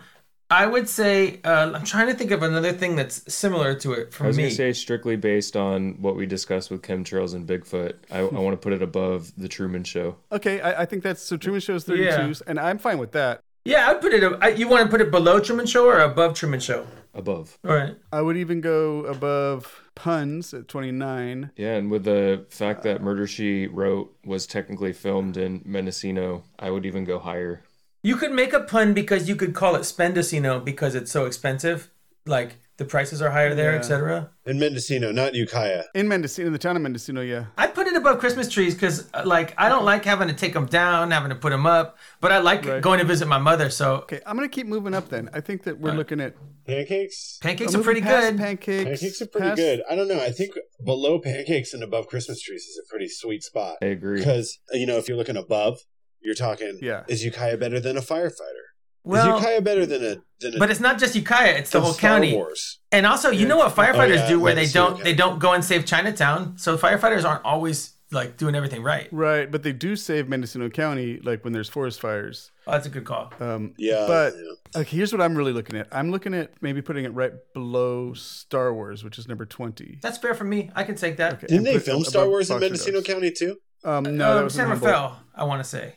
Speaker 1: I would say, uh, I'm trying to think of another thing that's similar to it for
Speaker 4: I was
Speaker 1: me.
Speaker 4: gonna say strictly based on what we discussed with chemtrails and Bigfoot. I, I want to put it above the Truman Show.
Speaker 2: Okay, I, I think that's so. Truman Show's 32s, and I'm fine with that.
Speaker 1: yeah, I'd put it, uh, I, you want to put it below Truman Show or above Truman Show?
Speaker 4: Above.
Speaker 1: All right.
Speaker 2: I would even go above puns at 29.
Speaker 4: Yeah, and with the fact that Murder She Wrote was technically filmed in Mendocino, I would even go higher.
Speaker 1: You could make a pun because you could call it Spendocino because it's so expensive. Like, the prices are higher there, etc.
Speaker 3: In Mendocino, not Ukiah.
Speaker 2: In Mendocino, in the town of Mendocino, yeah.
Speaker 1: I put it above Christmas trees because, like, I don't like having to take them down, having to put them up. But I like going to visit my mother, so
Speaker 2: Okay, I'm gonna keep moving up then. I think that we're looking at
Speaker 3: Pancakes?
Speaker 1: pancakes
Speaker 2: I'm
Speaker 1: are pretty
Speaker 2: moving past
Speaker 1: good.
Speaker 2: Pancakes,
Speaker 3: Pancakes are pretty
Speaker 2: past-
Speaker 3: good. I don't know. I think below pancakes and above Christmas trees is a pretty sweet spot.
Speaker 4: I agree.
Speaker 3: Because, you know, if you're looking above, you're talking,
Speaker 2: Yeah.
Speaker 3: is Ukiah better than a firefighter?
Speaker 1: well,
Speaker 3: is Ukiah better than a. Than a
Speaker 1: but it's not just Ukiah; it's the
Speaker 3: than
Speaker 1: whole
Speaker 3: Star
Speaker 1: county.
Speaker 3: Wars?
Speaker 1: And also, you know what firefighters
Speaker 3: Oh, yeah,
Speaker 1: do, where
Speaker 3: I've
Speaker 1: they
Speaker 3: seen it,
Speaker 1: don't
Speaker 3: yeah.
Speaker 1: they don't go and save Chinatown. So firefighters aren't always like doing everything right.
Speaker 2: Right, but they do save Mendocino County, like when there's forest fires.
Speaker 1: Oh, that's a good call.
Speaker 2: Um,
Speaker 3: Yeah.
Speaker 2: but
Speaker 3: Oh, yeah.
Speaker 2: okay, here's what I'm really looking at. I'm looking at maybe putting it right below Star Wars, which is number 20.
Speaker 1: That's fair for me. I can take that.
Speaker 2: Okay,
Speaker 3: Didn't
Speaker 2: and
Speaker 3: they
Speaker 2: put it
Speaker 3: film
Speaker 2: above
Speaker 3: Star Wars in
Speaker 2: Fox
Speaker 3: Mendocino
Speaker 2: Meadows.
Speaker 3: County too?
Speaker 2: Um, no, that
Speaker 1: Um,
Speaker 2: was in
Speaker 1: San
Speaker 2: Humboldt.
Speaker 1: Rafael. I want to say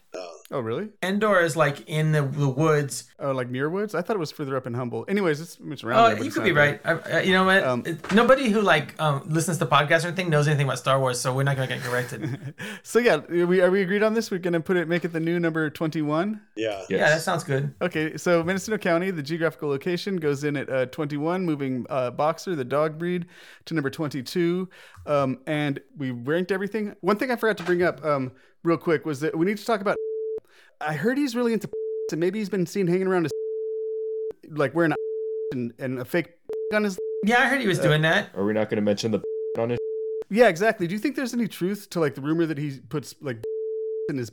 Speaker 2: Oh, really?
Speaker 1: Endor is like in the, the woods.
Speaker 2: Oh, like Muirwoods? I thought it was further up in Humboldt. Anyways, it's, it's around.
Speaker 1: Oh,
Speaker 2: there, but
Speaker 1: you
Speaker 2: it's
Speaker 1: could
Speaker 2: not
Speaker 1: be
Speaker 2: there.
Speaker 1: right. I, I, you know what?
Speaker 2: Um,
Speaker 1: It- Nobody who like um, listens to podcasts or anything knows anything about Star Wars, so we're not gonna get corrected.
Speaker 2: So yeah, are we are we agreed on this? We're gonna put it, make it the new number twenty-one.
Speaker 3: Yeah.
Speaker 4: Yes.
Speaker 1: Yeah, that sounds good.
Speaker 2: Okay, so Mendocino County, the geographical location, goes in at uh, twenty-one, moving uh, Boxer, the dog breed, to number twenty-two, um, and we ranked everything. One thing I forgot to bring up um, real quick was that we need to talk about. I heard he's really into, and maybe he's been seen hanging around, his, like wearing a and, and a fake on his.
Speaker 1: Yeah, I heard he
Speaker 2: Uh,
Speaker 1: was doing that.
Speaker 4: Are we not gonna mention the on it?
Speaker 2: Yeah, exactly. Do you think there's any truth to like the rumor that he puts like in his?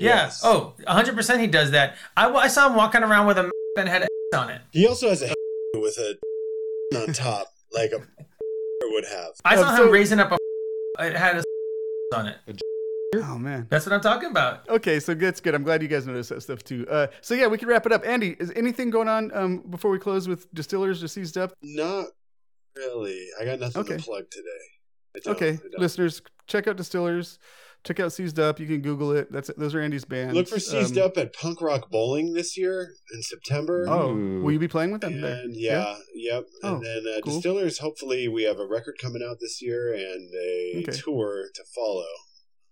Speaker 1: Yes. Yeah. Oh, 100% he does that. I, wa- I saw him walking around with a and had a on it.
Speaker 3: He also has a with a on top, like a would have.
Speaker 1: I
Speaker 2: Um,
Speaker 1: saw
Speaker 2: so-
Speaker 1: him raising up a it had a on it.
Speaker 2: Oh man.
Speaker 1: That's what I'm talking about.
Speaker 2: Okay, so that's good. I'm glad you guys noticed that stuff too. Uh, so yeah, we can wrap it up. Andy, is anything going on um, before we close with distillers or seized up?
Speaker 3: Not really. I got nothing
Speaker 2: Okay.
Speaker 3: to plug today. I don't- I
Speaker 2: Okay,
Speaker 3: don't.
Speaker 2: listeners, check out distillers, check out seized up. You can Google it. That's those are Andy's bands.
Speaker 3: Look for seized
Speaker 2: Um,
Speaker 3: up at Punk Rock Bowling this year in September.
Speaker 2: Oh,
Speaker 4: Ooh.
Speaker 2: will you be playing with them? there?
Speaker 3: and yeah, yep.
Speaker 2: Oh,
Speaker 3: and then uh,
Speaker 2: cool.
Speaker 3: Distillers. Hopefully, we have a record coming out this year and a
Speaker 2: Okay.
Speaker 3: tour to follow.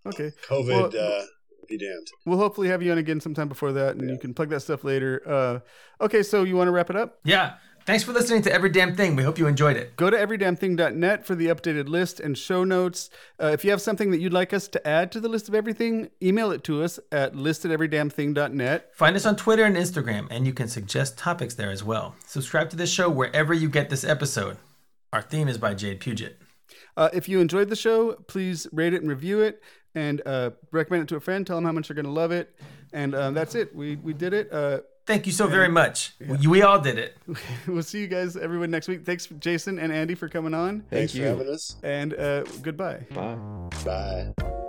Speaker 2: Okay.
Speaker 3: COVID,
Speaker 2: Well,
Speaker 3: uh, be damned.
Speaker 2: We'll hopefully have you on again sometime before that, and you can plug that stuff later. Uh, okay, so you want to wrap it up?
Speaker 1: Yeah. Thanks for listening to Every Damn Thing. We hope you enjoyed it.
Speaker 2: Go to everydamnthing.net for the updated list and show notes. Uh, if you have something that you'd like us to add to the list of everything, email it to us at list at everydamnthing.net.
Speaker 1: Find us on Twitter and Instagram, and you can suggest topics there as well. Subscribe to this show wherever you get this episode. Our theme is by Jade Puget.
Speaker 2: Uh, if you enjoyed the show, please rate it and review it and uh, recommend it to a friend. Tell them how much you're going to love it. And uh, that's it. We, we did it. Uh,
Speaker 1: Thank you so very much. We, we all did it.
Speaker 2: we'll see you guys, everyone, next week. Thanks, Jason and Andy, for coming on.
Speaker 4: Thank
Speaker 3: Thanks for
Speaker 4: you.
Speaker 3: having us.
Speaker 2: And uh, goodbye.
Speaker 4: Bye.
Speaker 3: Bye.